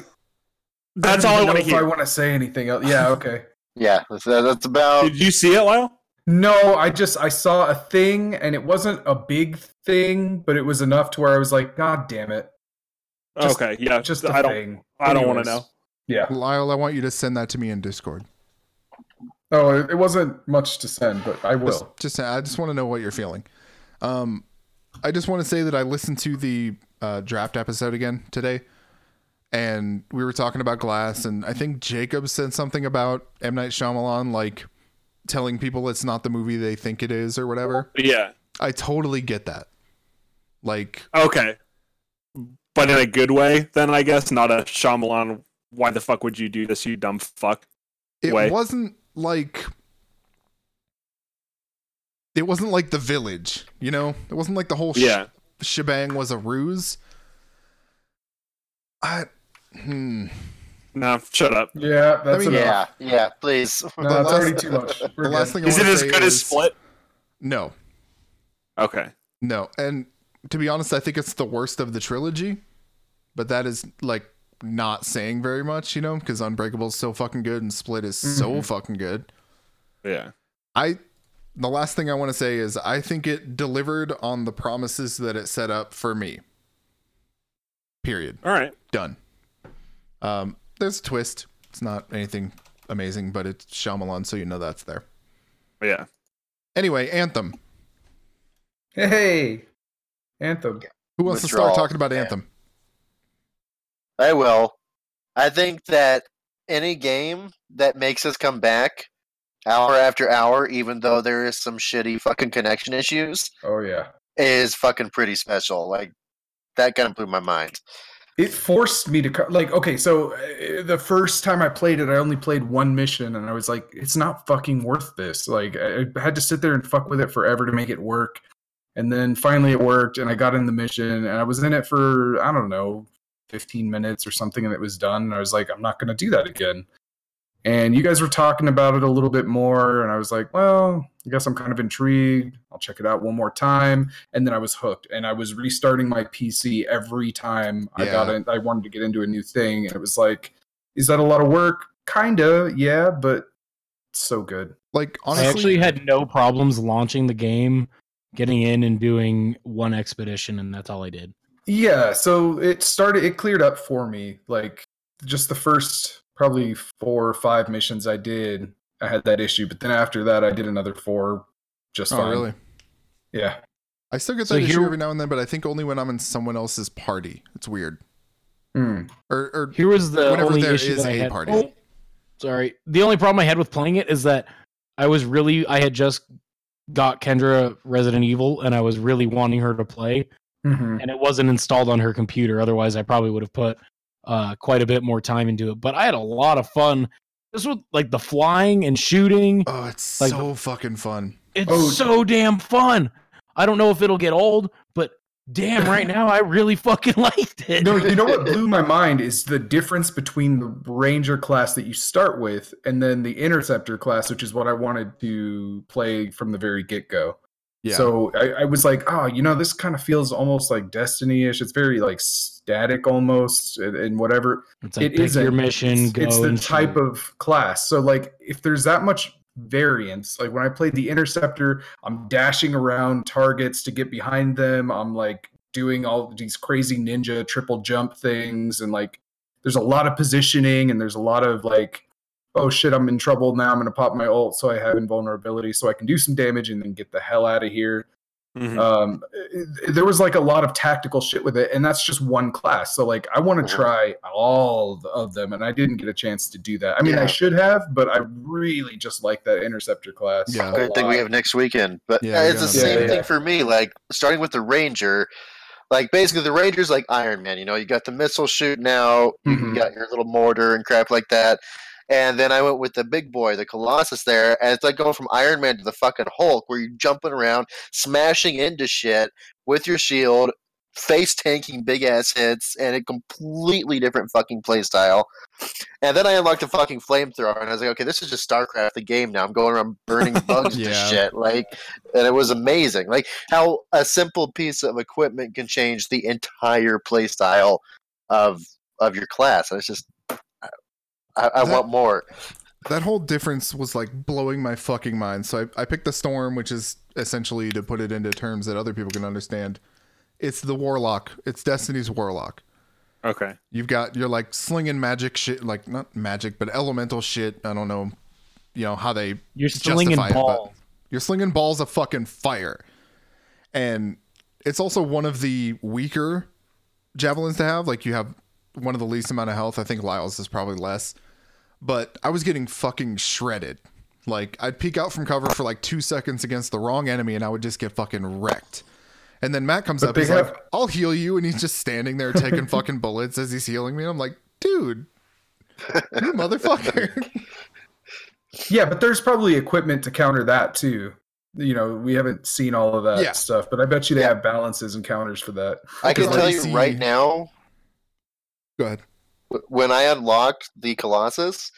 That's all I
don't
want to
even know if I
hear.
want to say anything else. Yeah. Okay.
Yeah, that's, that's about.
Did you see it, Lyle?
No, I just I saw a thing and it wasn't a big thing, but it was enough to where I was like, God damn it. Just-
okay, yeah.
Just
Just
a
I don't
thing.
I don't wanna
Anyways.
know.
Yeah.
Lyle, I want you to send that to me in Discord.
Oh, it it wasn't much to send, but I
Just,
will.
just I just want to know what you're feeling. Um, I just want to say that I listened to the uh, draft episode again today, and we were talking about Glass, and I think Jacob said something about M Night Shyamalan, like telling people it's not the movie they think it is or whatever.
Yeah.
I totally get that. Like,
Okay. But in a good way, then I guess not a Shyamalan. Why the fuck would you do this, you dumb fuck?
it
way.
wasn't like it wasn't like the village you know it wasn't like the whole Oh, sh-
Yeah.
shebang was a ruse i hmm
No, shut up.
Yeah, that's
mean,
enough.
Yeah, yeah. Please.
No,
The
that's
last-
already too much. We're
the last
good.
thing I
Is it
wanna
as
say
good as
is-
Split?
no
Okay.
no and to be honest i think it's the worst of the trilogy but that is like not saying very much you know because unbreakable is so fucking good and split is
Mm-hmm.
so
Mhm.
fucking good
Yeah.
I the last thing I want to say is I think it delivered on the promises that it set up for me. Period.
All right.
Done. Um, there's a twist. It's not anything amazing, but it's Shyamalan, so you know that's there.
Yeah.
Anyway, Anthem.
Hey. Anthem.
Who wants to
Withdrawal.
start talking about
Yeah.
Anthem?
I will. I think that any game that makes us come back hour after hour, even though there is some shitty fucking connection issues,
Oh yeah.
is fucking pretty special. Like that kind of blew my mind.
it forced me to co- like okay so uh, the first time i played it i only played one mission and i was like it's not fucking worth this like i I had to sit there and fuck with it forever to make it work and then finally it worked and i got in the mission and i was in it for i don't know 15 minutes or something and it was done and i was like i'm not going to do that again and you guys were talking about it a little bit more and i was like well i guess i'm kind of intrigued i'll check it out one more time and then i was hooked and i was restarting my pc every time i got
Yeah.
in i wanted to get into a new thing and it was like is that a lot of work kinda yeah but it's so good
Like
I
honestly,
actually had no problems launching the game, getting in and doing one expedition, and that's all I did.
Yeah, so it started it cleared up for me. Like just the first probably four or five missions I did, I had that issue, but then after that I did another four just
oh
fine.
really?
Yeah.
I still get that
So
issue
here-
every now and then, but I think only when I'm in someone else's party. It's weird.
Mm.
Or, or
Here was the
Whenever
only
there
issue
is
that I
a
had.
party.
Oh, sorry, the only problem I had with playing it is that I was really I had just got Kendra Resident Evil, and I was really wanting her to play,
hmm
and it wasn't installed on her computer. Otherwise, I probably would have put uh, quite a bit more time into it. But I had a lot of fun. This was like the flying and shooting.
oh, it's
Like-
so fucking fun.
It's
Oh.
so damn fun. I don't know if it'll get old, but damn, right now I really fucking liked it.
No, you know what blew my mind is the difference between the ranger class that you start with and then the interceptor class, which is what I wanted to play from the very get go.
Yeah.
So I, I was like, oh, you know, this kind of feels almost like Destiny ish. It's very like static almost and, and whatever.
It's like
It
pick your
isn't.
mission.
it's, it's
go
the
and
type
shoot.
of class. So like if there's that much variance, like when I played the interceptor, I'm dashing around targets to get behind them. I'm like doing all these crazy ninja triple jump things and like there's a lot of positioning and there's a lot of like oh shit, I'm in trouble now. I'm going to pop my ult so I have invulnerability so I can do some damage and then get the hell out of here
Mhm.
um it- there was like a lot of tactical shit with it and that's just one class so like i want
Mhm.
to try all th- of them and i didn't get a chance to do that i mean
Yeah.
i should have but i really just like that interceptor class
Yeah.
a
good thing we
lot.
have next weekend. But
Yeah,
it's
we
the
got
it.
same
Yeah, yeah.
thing for me. Like starting with the Ranger, like basically the Ranger's like Iron Man. You know, you got the missile shooting out,
Mhm.
you got your little mortar and crap like that. And then I went with the big boy, the Colossus there, and it's like going from Iron Man to the fucking Hulk, where you're jumping around, smashing into shit with your shield, face tanking big ass hits, and a completely different fucking playstyle. And then I unlocked the fucking flamethrower, and I was like, okay, this is just StarCraft, the game now. I'm going around burning bugs to
Yeah.
shit. Like, and it was amazing. Like, how a simple piece of equipment can change the entire playstyle of of your class. And it's just, I, I
That-
want more.
that whole difference was like blowing my fucking mind. So I, I picked the storm, which is essentially to put it into terms that other people can understand. It's the warlock. It's Destiny's warlock.
Okay.
You've got you're like slinging magic shit, like not magic, but elemental shit. I don't know, you know how they
You're
justify
slinging
it, but
balls.
You're slinging balls of fucking fire, and it's also one of the weaker javelins to have. Like you have one of the least amount of health. I think Lyle's is probably less, but I was getting fucking shredded. Like I'd peek out from cover for like two seconds against the wrong enemy, and I would just get fucking wrecked. And then Matt comes
But
up,
they
he's
have-
like, "I'll heal you," and he's just standing there taking fucking bullets as he's healing me. And I'm like, "Dude, you motherfucker!"
yeah but there's probably equipment to counter that too you know we haven't seen all of that
Yeah.
stuff but i bet you they
Yeah.
have balances and counters for that
I can
Because I
tell you
see-
right now,
Go ahead.
w- when I unlocked the Colossus,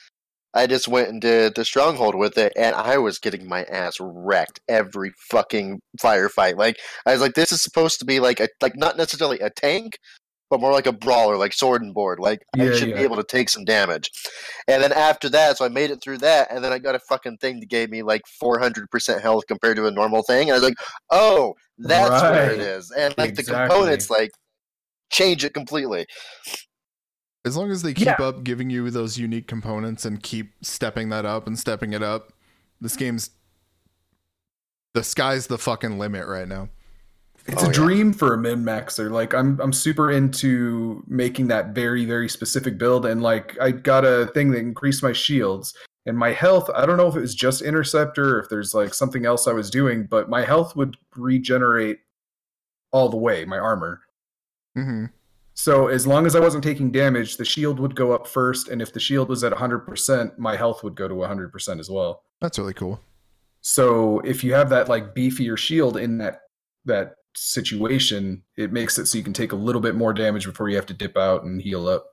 I just went and did the Stronghold with it, and I was getting my ass wrecked every fucking firefight. Like I was like, this is supposed to be like a like not necessarily a tank, but more like a brawler, like sword and board. Like
Yeah,
I should
yeah.
be able to take some damage. And then after that, so I made it through that, and then I got a fucking thing that gave me like four hundred percent health compared to a normal thing. And I was like, oh, that's where it
Right.
is. And like the
Exactly.
components like change it completely.
As long as they keep
Yeah.
up giving you those unique components and keep stepping that up and stepping it up, this game's the sky's the fucking limit right now.
It's
Oh,
a
yeah.
dream for a min maxer. Like I'm I'm super into making that very, very specific build and like I got a thing that increased my shields and my health, I don't know if it was just interceptor or if there's like something else I was doing, but my health would regenerate all the way, my armor.
hmm
So as long as I wasn't taking damage, the shield would go up first, and if the shield was at 100%, my health would go to 100% as well.
That's really cool.
So if you have that like beefier shield in that that situation, it makes it so you can take a little bit more damage before you have to dip out and heal up.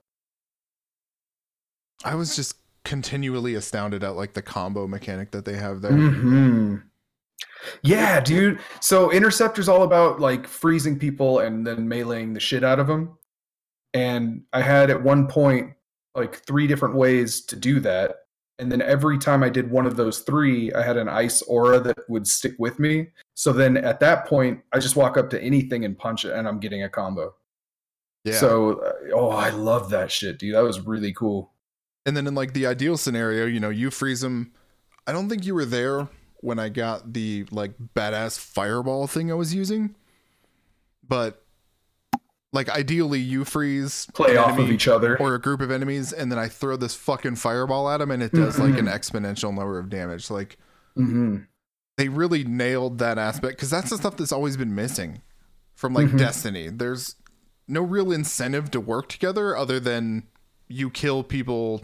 I was just continually astounded at like the combo mechanic that they have there.
hmm Yeah, dude. So interceptor's all about like freezing people and then meleeing the shit out of them. And I had at one point like three different ways to do that. And then every time I did one of those three, I had an ice aura that would stick with me. So then at that point, I just walk up to anything and punch it, and I'm getting a combo.
Yeah.
So, uh, oh, I love that shit, dude. That was really cool.
and then in like the ideal scenario, you know, you freeze them. I don't think you were there when I got the like badass fireball thing I was using, but like ideally you freeze
Play
an
off of
enemy
each other.
or a group of enemies, and then I throw this fucking fireball at them, and it does like an exponential number of damage. Like
hmm
they really nailed that aspect because that's the stuff that's always been missing from like
Mhm.
Destiny. There's no real incentive to work together other than you kill people.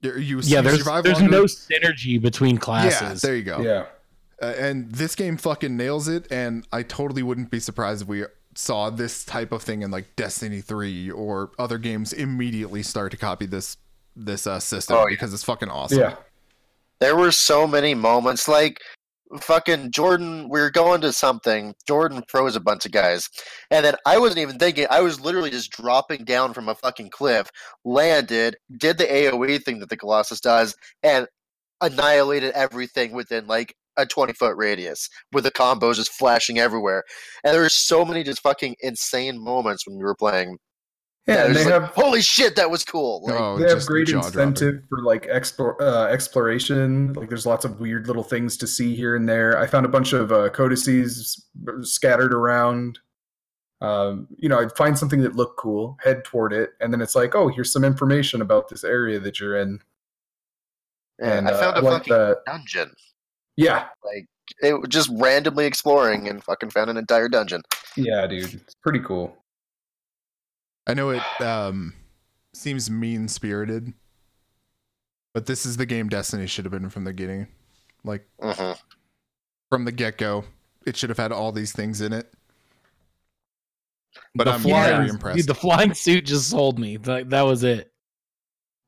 You, you
Yeah,
you
there's
survive
there's
longer.
no synergy between
yeah.
classes.
There you go.
Yeah.
Uh, and this game fucking nails it. And I totally wouldn't be surprised if we saw this type of thing in like Destiny Three or other games immediately start to copy this this uh, system
Oh, yeah.
because it's fucking awesome.
Yeah.
There were so many moments like fucking Jordan, we were going to something. Jordan froze a bunch of guys. And then I wasn't even thinking. I was literally just dropping down from a fucking cliff, landed, did the AoE thing that the Colossus does, and annihilated everything within like a 20 foot radius with the combos just flashing everywhere. And there were so many just fucking insane moments when we were playing.
Yeah.
it
And
was
they
like,
have
holy shit, that was cool. Like,
Oh,
they have
just
great
jaw-dropping.
incentive for like explore, uh, exploration. Like there's lots of weird little things to see here and there. I found a bunch of uh, codices scattered around. Um, you know, I'd find something that looked cool, head toward it, and then it's like, oh, here's some information about this area that you're in.
yeah,
And
I found
uh,
a
like
fucking
that.
dungeon.
Yeah,
it was just randomly exploring and fucking found an entire dungeon.
yeah, dude, it's pretty cool.
I know it um, seems mean spirited, but this is the game Destiny should have been from the beginning. Like,
hmm
from the get go, it should have had all these things in it. But
the
I'm
flying,
very impressed.
Dude, the flying suit just sold me. Like, that was it.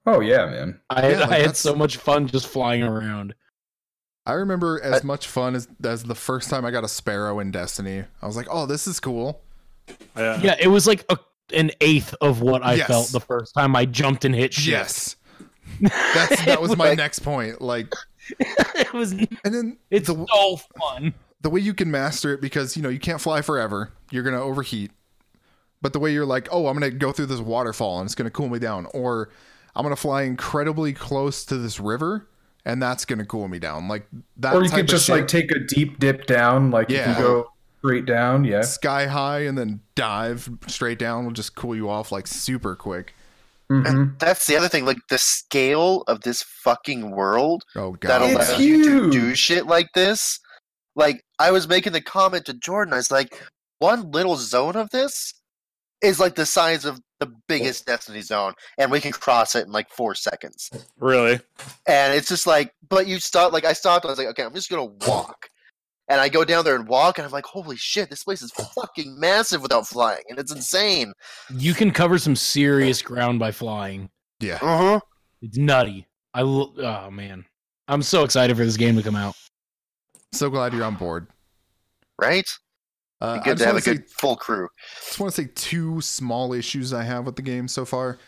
Oh yeah, man.
I,
Yeah, like,
I had
that's-
so much fun just flying around.
I remember as much fun as, as the first time I got a sparrow in Destiny. I was like, oh, this is cool.
Yeah.
Yeah, it was like a, an eighth of what I
Yes.
felt the first time I jumped and hit shit.
That's, that was my
Like-
next point. Like,
it was
and then
it's
the,
so fun.
the way you can master it because you know you can't fly forever you're gonna overheat but the way you're like oh i'm gonna go through this waterfall and it's gonna cool me down or i'm gonna fly incredibly close to this river and that's gonna cool me down like that
Or you
type
could
of
just
shit,
like take a deep dip down, like if
Yeah.
you go straight down. Yeah,
sky high and then dive straight down will just cool you off like super quick
hmm
That's the other thing. Like the scale of this fucking world
oh
that
god
It's
allows you to do
huge.
shit like this. Like I was making the comment to Jordan. I was like, one little zone of this is like the size of the biggest Destiny zone, and we can cross it in like four seconds.
Really?
And it's just like, but you stop. Like I stopped. I was like, okay, I'm just gonna walk. And I go down there and walk, and I'm like, holy shit, this place is fucking massive without flying, and it's insane.
You can cover some serious ground by flying.
yeah
Uh-huh.
It's nutty. I lo- oh man, I'm so excited for this game to come out.
so glad you're on board
right?
uh,
Be
I
good
just
to have
wanna
a
say
good full crew.
just want to say two small issues I have with the game so far.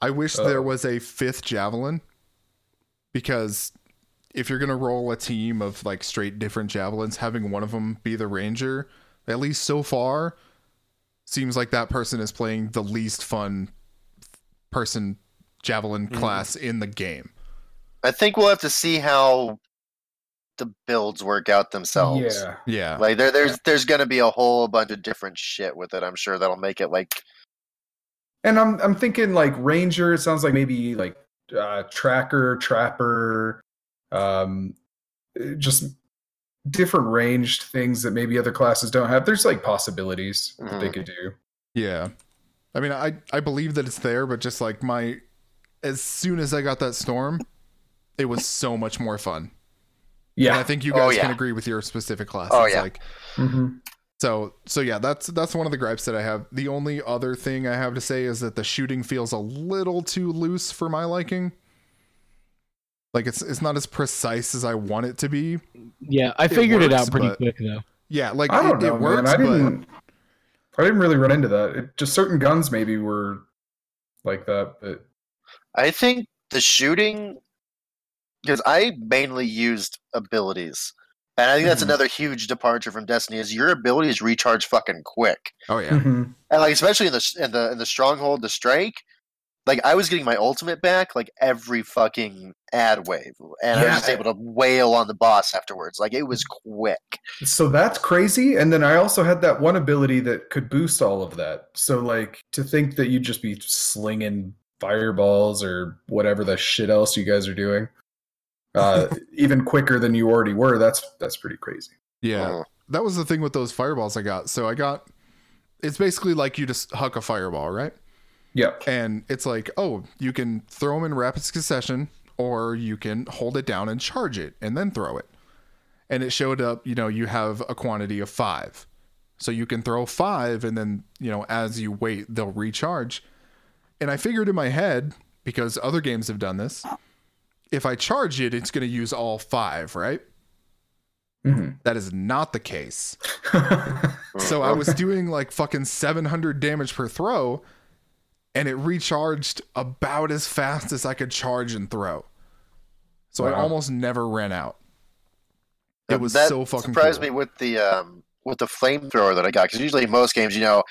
I wish
Uh-oh.
there was a fifth javelin because if you're going to roll a team of like straight different javelins, having one of them be the ranger, at least so far, seems like that person is playing the least fun person javelin
Mhm.
class in the game.
I think we'll have to see how the builds work out themselves.
Yeah.
Yeah.
Like there, there's there's gonna be a whole bunch of different shit with it. I'm sure that'll make it like
And I'm I'm thinking like ranger. It sounds like maybe like uh, tracker, trapper, um, uh, just different
Mm.
ranged things that maybe other classes don't have. There's like possibilities that they
Mhm.
could do.
yeah. I mean, I I believe that it's there, but just like my, as soon as I got that storm, it was so much more fun. And I
Yeah.
think you
Oh,
guys can
yeah.
agree with your specific class.
Oh,
It's
yeah.
Like,
Mhm.
so so yeah, that's that's one of the gripes that I have. The only other thing I have to say is that the shooting feels a little too loose for my liking. Like it's it's not as precise as I want it to be.
Yeah, I figured it,
works,
out pretty
but-
quick though.
Yeah, like
I don't
it,
know,
it works,
man. I
but
didn't. I didn't really run into that. It, just certain guns maybe were like that, but
I think the shooting, because I mainly used abilities, and I think that's
Mm-hmm.
Mhm.
another huge departure from Destiny is your abilities recharge fucking quick,
oh yeah,
Mhm.
and like especially in the in the in the stronghold, the strike. Like I was getting my ultimate back like every fucking ad wave, and I was just
Yeah.
able to wail on the boss afterwards. Like it was quick.
so that's crazy. And then I also had that one ability that could boost all of that. So like to think that you'd just be slinging fireballs or whatever the shit else you guys are doing, uh, even quicker than you already were. That's that's pretty crazy.
yeah.
Uh,
that was the thing with those fireballs I got. So I got it's basically like you just huck a fireball, right?
Yeah.
And it's like, oh, you can throw them in rapid succession or you can hold it down and charge it and then throw it. And it showed up, you know, you have a quantity of 5. So you can throw 5 and then, you know, as you wait, they'll recharge. And I figured in my head because other games have done this, if I charge it, it's going to use all 5, right?
Mhm.
That is not the case. So
Mm-hmm.
I was doing like fucking 700 damage per throw, and it recharged about as fast as I could charge and throw. So I
Wow.
almost never ran out.
Uh,
It was
that
so fucking
surprised
cool.
me with the um, with the flamethrower that I got because usually in most games, you know,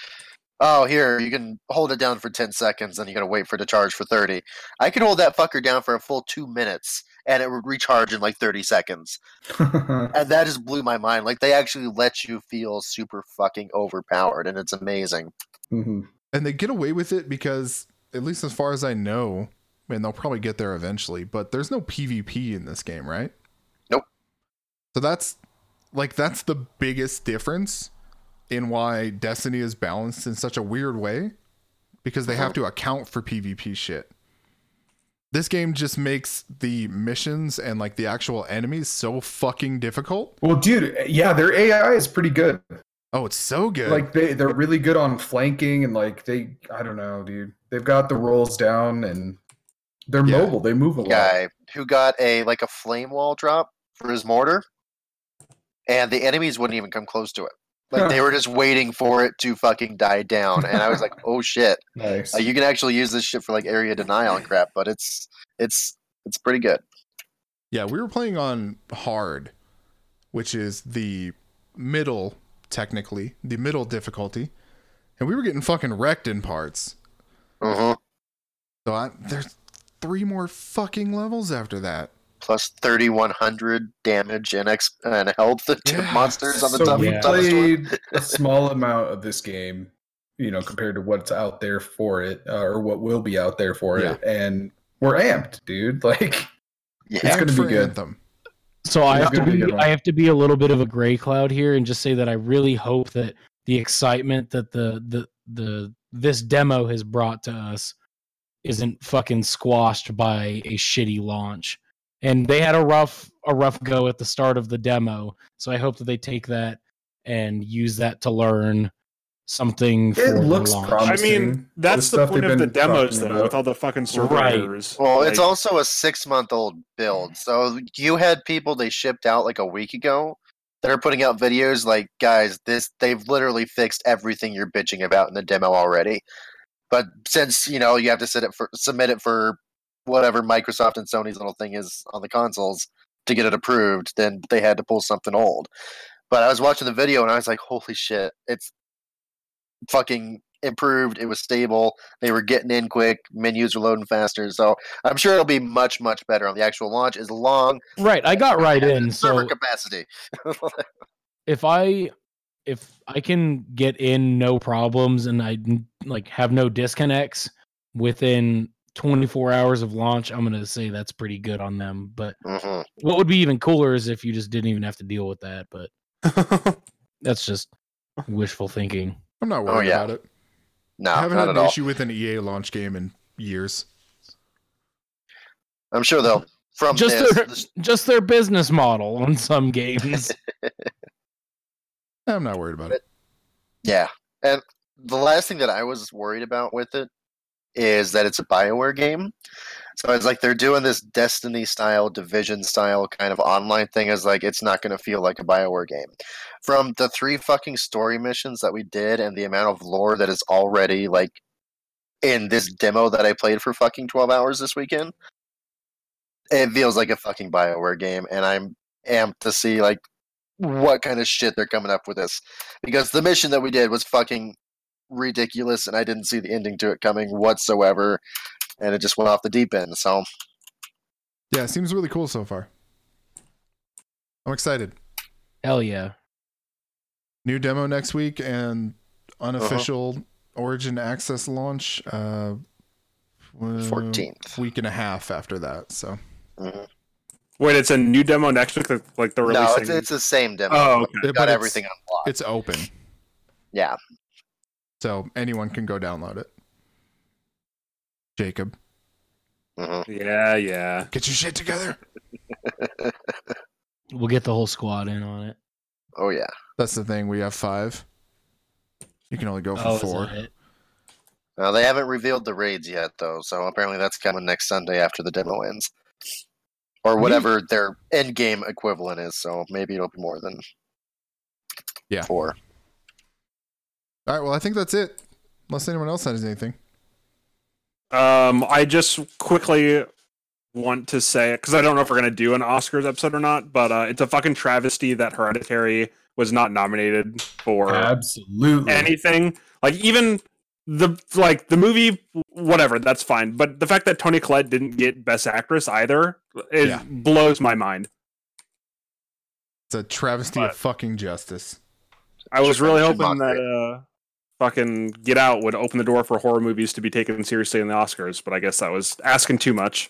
oh here you can hold it down for ten seconds, then you gotta wait for it to charge for thirty. I could hold that fucker down for a full two minutes, and it would recharge in like thirty seconds, and that just blew my mind. Like they actually let you feel super fucking overpowered, and it's amazing.
Mhm.
And they get away with it because, at least as far as I know, and they'll probably get there eventually, but there's no PvP in this game, right?
Nope.
So that's like that's the biggest difference in why Destiny is balanced in such a weird way because they have to account for PvP shit. This game just makes the missions and like the actual enemies so fucking difficult.
Well, dude, yeah, their AI is pretty good.
Oh, it's so good.
Like they they're really good on flanking and like they I don't know, dude. They've got the rolls down and they're
Yeah.
mobile. They move a lot.
Guy who got a like a flame wall drop for his mortar, and the enemies wouldn't even come close to it. Like they were just waiting for it to fucking die down, and I was like, "Oh shit!"
Nice.
Uh, you can actually use this shit for like area denial and crap, but it's it's it's pretty good.
Yeah, we were playing on hard, which is the middle, technically, the middle difficulty. And we were getting fucking wrecked in parts.
Uh-huh.
So I, there's three more fucking levels after that.
Plus thirty one hundred damage and ex and health to
Yeah,
monsters on the
so
top.
we
yeah.
top of the storm.
played a small amount of this game, you know, compared to what's out there for it uh, or what will be out there for it, and we're amped, dude. Like,
Yeah,
It's gonna be
for
good.
Anthem.
So I
Yeah,
have to
good one,
be
good one.
I have to be a little bit of a gray cloud here and just say that I really hope that the excitement that the the the this demo has brought to us isn't fucking squashed by a shitty launch. And they had a rough a rough go at the start of the demo. So I hope that they take that and use that to learn something for
it looks
the launch.
I
promising.
mean, that's the,
stuff
point
they've
of the
been
demos,
talking
though,
about.
with all the fucking
Right.
survivors.
Well, it's
Like,
also a six month old build. So you had people they shipped out like a week ago that are putting out videos like, guys, this they've literally fixed everything you're bitching about in the demo already. But since you know you have to sit it for submit it for whatever Microsoft and Sony's little thing is on the consoles to get it approved, then they had to pull something old. But I was watching the video and I was like, holy shit, it's fucking improved. It was stable. They were getting in quick. Menus were loading faster. So I'm sure it'll be much, much better on the actual launch as long
Right, I got right in.
server
So
capacity.
if I if I can get in no problems and I n- like have no disconnects within 24 hours of launch, I'm gonna say that's pretty good on them. But
Mhm.
what would be even cooler is if you just didn't even have to deal with that. But that's just wishful thinking.
I'm not
Oh,
worried
yeah.
about it.
No,
I haven't
not
had
at
an
all.
issue with an EA launch game in years.
I'm sure they'll from
Just
this.
their-
this-
Just their business model on some games.
Eh, I'm not worried about it.
yeah, and the last thing that I was worried about with it is that it's a Bioware game. So it's like they're doing this Destiny style, Division style kind of online thing. Is like it's not going to feel like a Bioware game. From the three fucking story missions that we did, and the amount of lore that is already like in this demo that I played for fucking twelve hours this weekend, it feels like a fucking Bioware game, and I'm amped to see like what kind of shit they're coming up with this because the mission that we did was fucking ridiculous and I didn't see the ending to it coming whatsoever and it just went off the deep end. So
Yeah, it seems really cool so far. I'm excited.
Hell yeah.
New demo next week and unofficial
Uh-huh.
Origin Access launch. Uh, uh,
14th.
week and a half after that. So
Mhm.
Wait, it's a new demo next week. Like, like they're
No,
releasing.
it's, it's the same demo.
oh, okay.
But
got
it's-
everything unlocked.
it's open,
yeah.
so anyone can go download it. Jacob,
Mhm.
yeah, yeah.
get your shit together.
We'll get the whole squad in on it.
Oh yeah.
That's the thing. We have five. You can only go for
Oh,
four.
is that it?
Now they haven't revealed the raids yet though, so apparently that's coming next Sunday after the demo ends. Or whatever their end game equivalent is, so maybe it'll be more than
Yeah.
four.
All right. Well, I think that's it. Unless anyone else has anything.
Um, I just quickly want to say because I don't know if we're gonna do an Oscars episode or not, but uh, it's a fucking travesty that Hereditary was not nominated for
Absolutely.
anything. Like even the like the movie, whatever, that's fine. But the fact that Tony Collette didn't get Best Actress either, it
Yeah.
blows my mind.
It's a travesty of fucking justice.
I was
Sure,
really
should
hoping
mock
that uh, fucking Get Out would open the door for horror movies to be taken seriously in the Oscars, but I guess that was asking too much.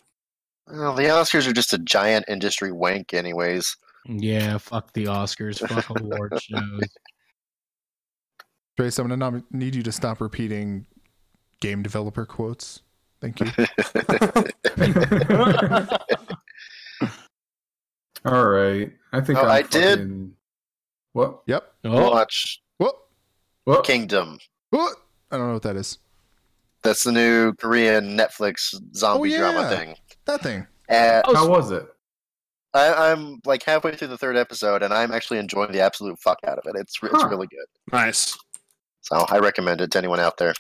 Well, the Oscars are just a giant industry wank anyways.
Yeah, fuck the Oscars. Fuck award shows.
Trace, I'm gonna nom- need you to stop repeating game developer quotes. Thank you.
All right. I think
Oh,
I'm
I did-
fucking- What?
yep.
Oh,
Watch
What?
What?
Kingdom.
What? I don't know what that is.
That's the new Korean Netflix zombie
Oh,
drama
yeah.
thing.
That thing.
Uh,
How was it?
I, I'm like halfway through the third episode, and I'm actually enjoying the absolute fuck out of it. It's re- it's
Huh.
really good.
Nice.
So I recommend it to anyone out there.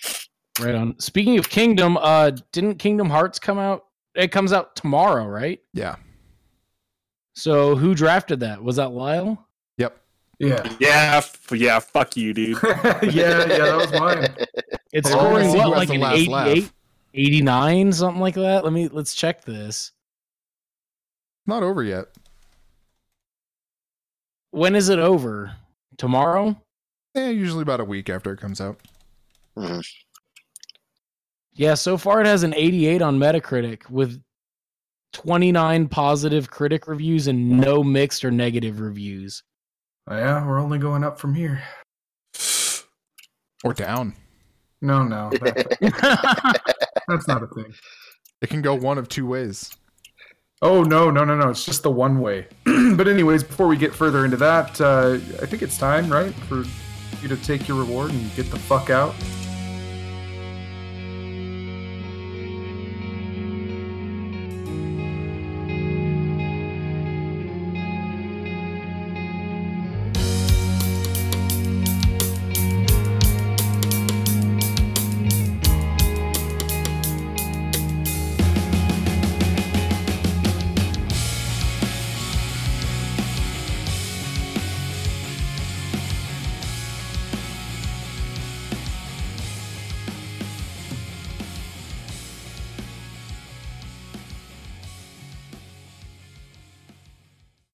right on. Speaking of Kingdom, uh, didn't Kingdom Hearts come out? It comes out tomorrow, right?
Yeah.
So who drafted that? Was that Lyle?
Yep.
Yeah.
Yeah, f- yeah, fuck you, dude.
yeah, yeah, that was mine.
It's
Well,
I wanna
scoring
see
what,
who has
like
the
an
last
88,
laugh.
89, something like that. Let me let's check this.
Not over yet.
When is it over? Tomorrow?
Eh, usually about a week after it comes out.
Mhm.
Yeah, so far it has an 88 on Metacritic with 29 positive critic reviews and no mixed or negative reviews.
Yeah, we're only going up from here.
Or down.
No, no, that-
That's
that's not a thing.
It can go one of two ways.
Oh no, no, no, no! It's just the one way. but anyways, before we get further into that, uh, I think it's time, right, for you to take your reward and get the fuck out.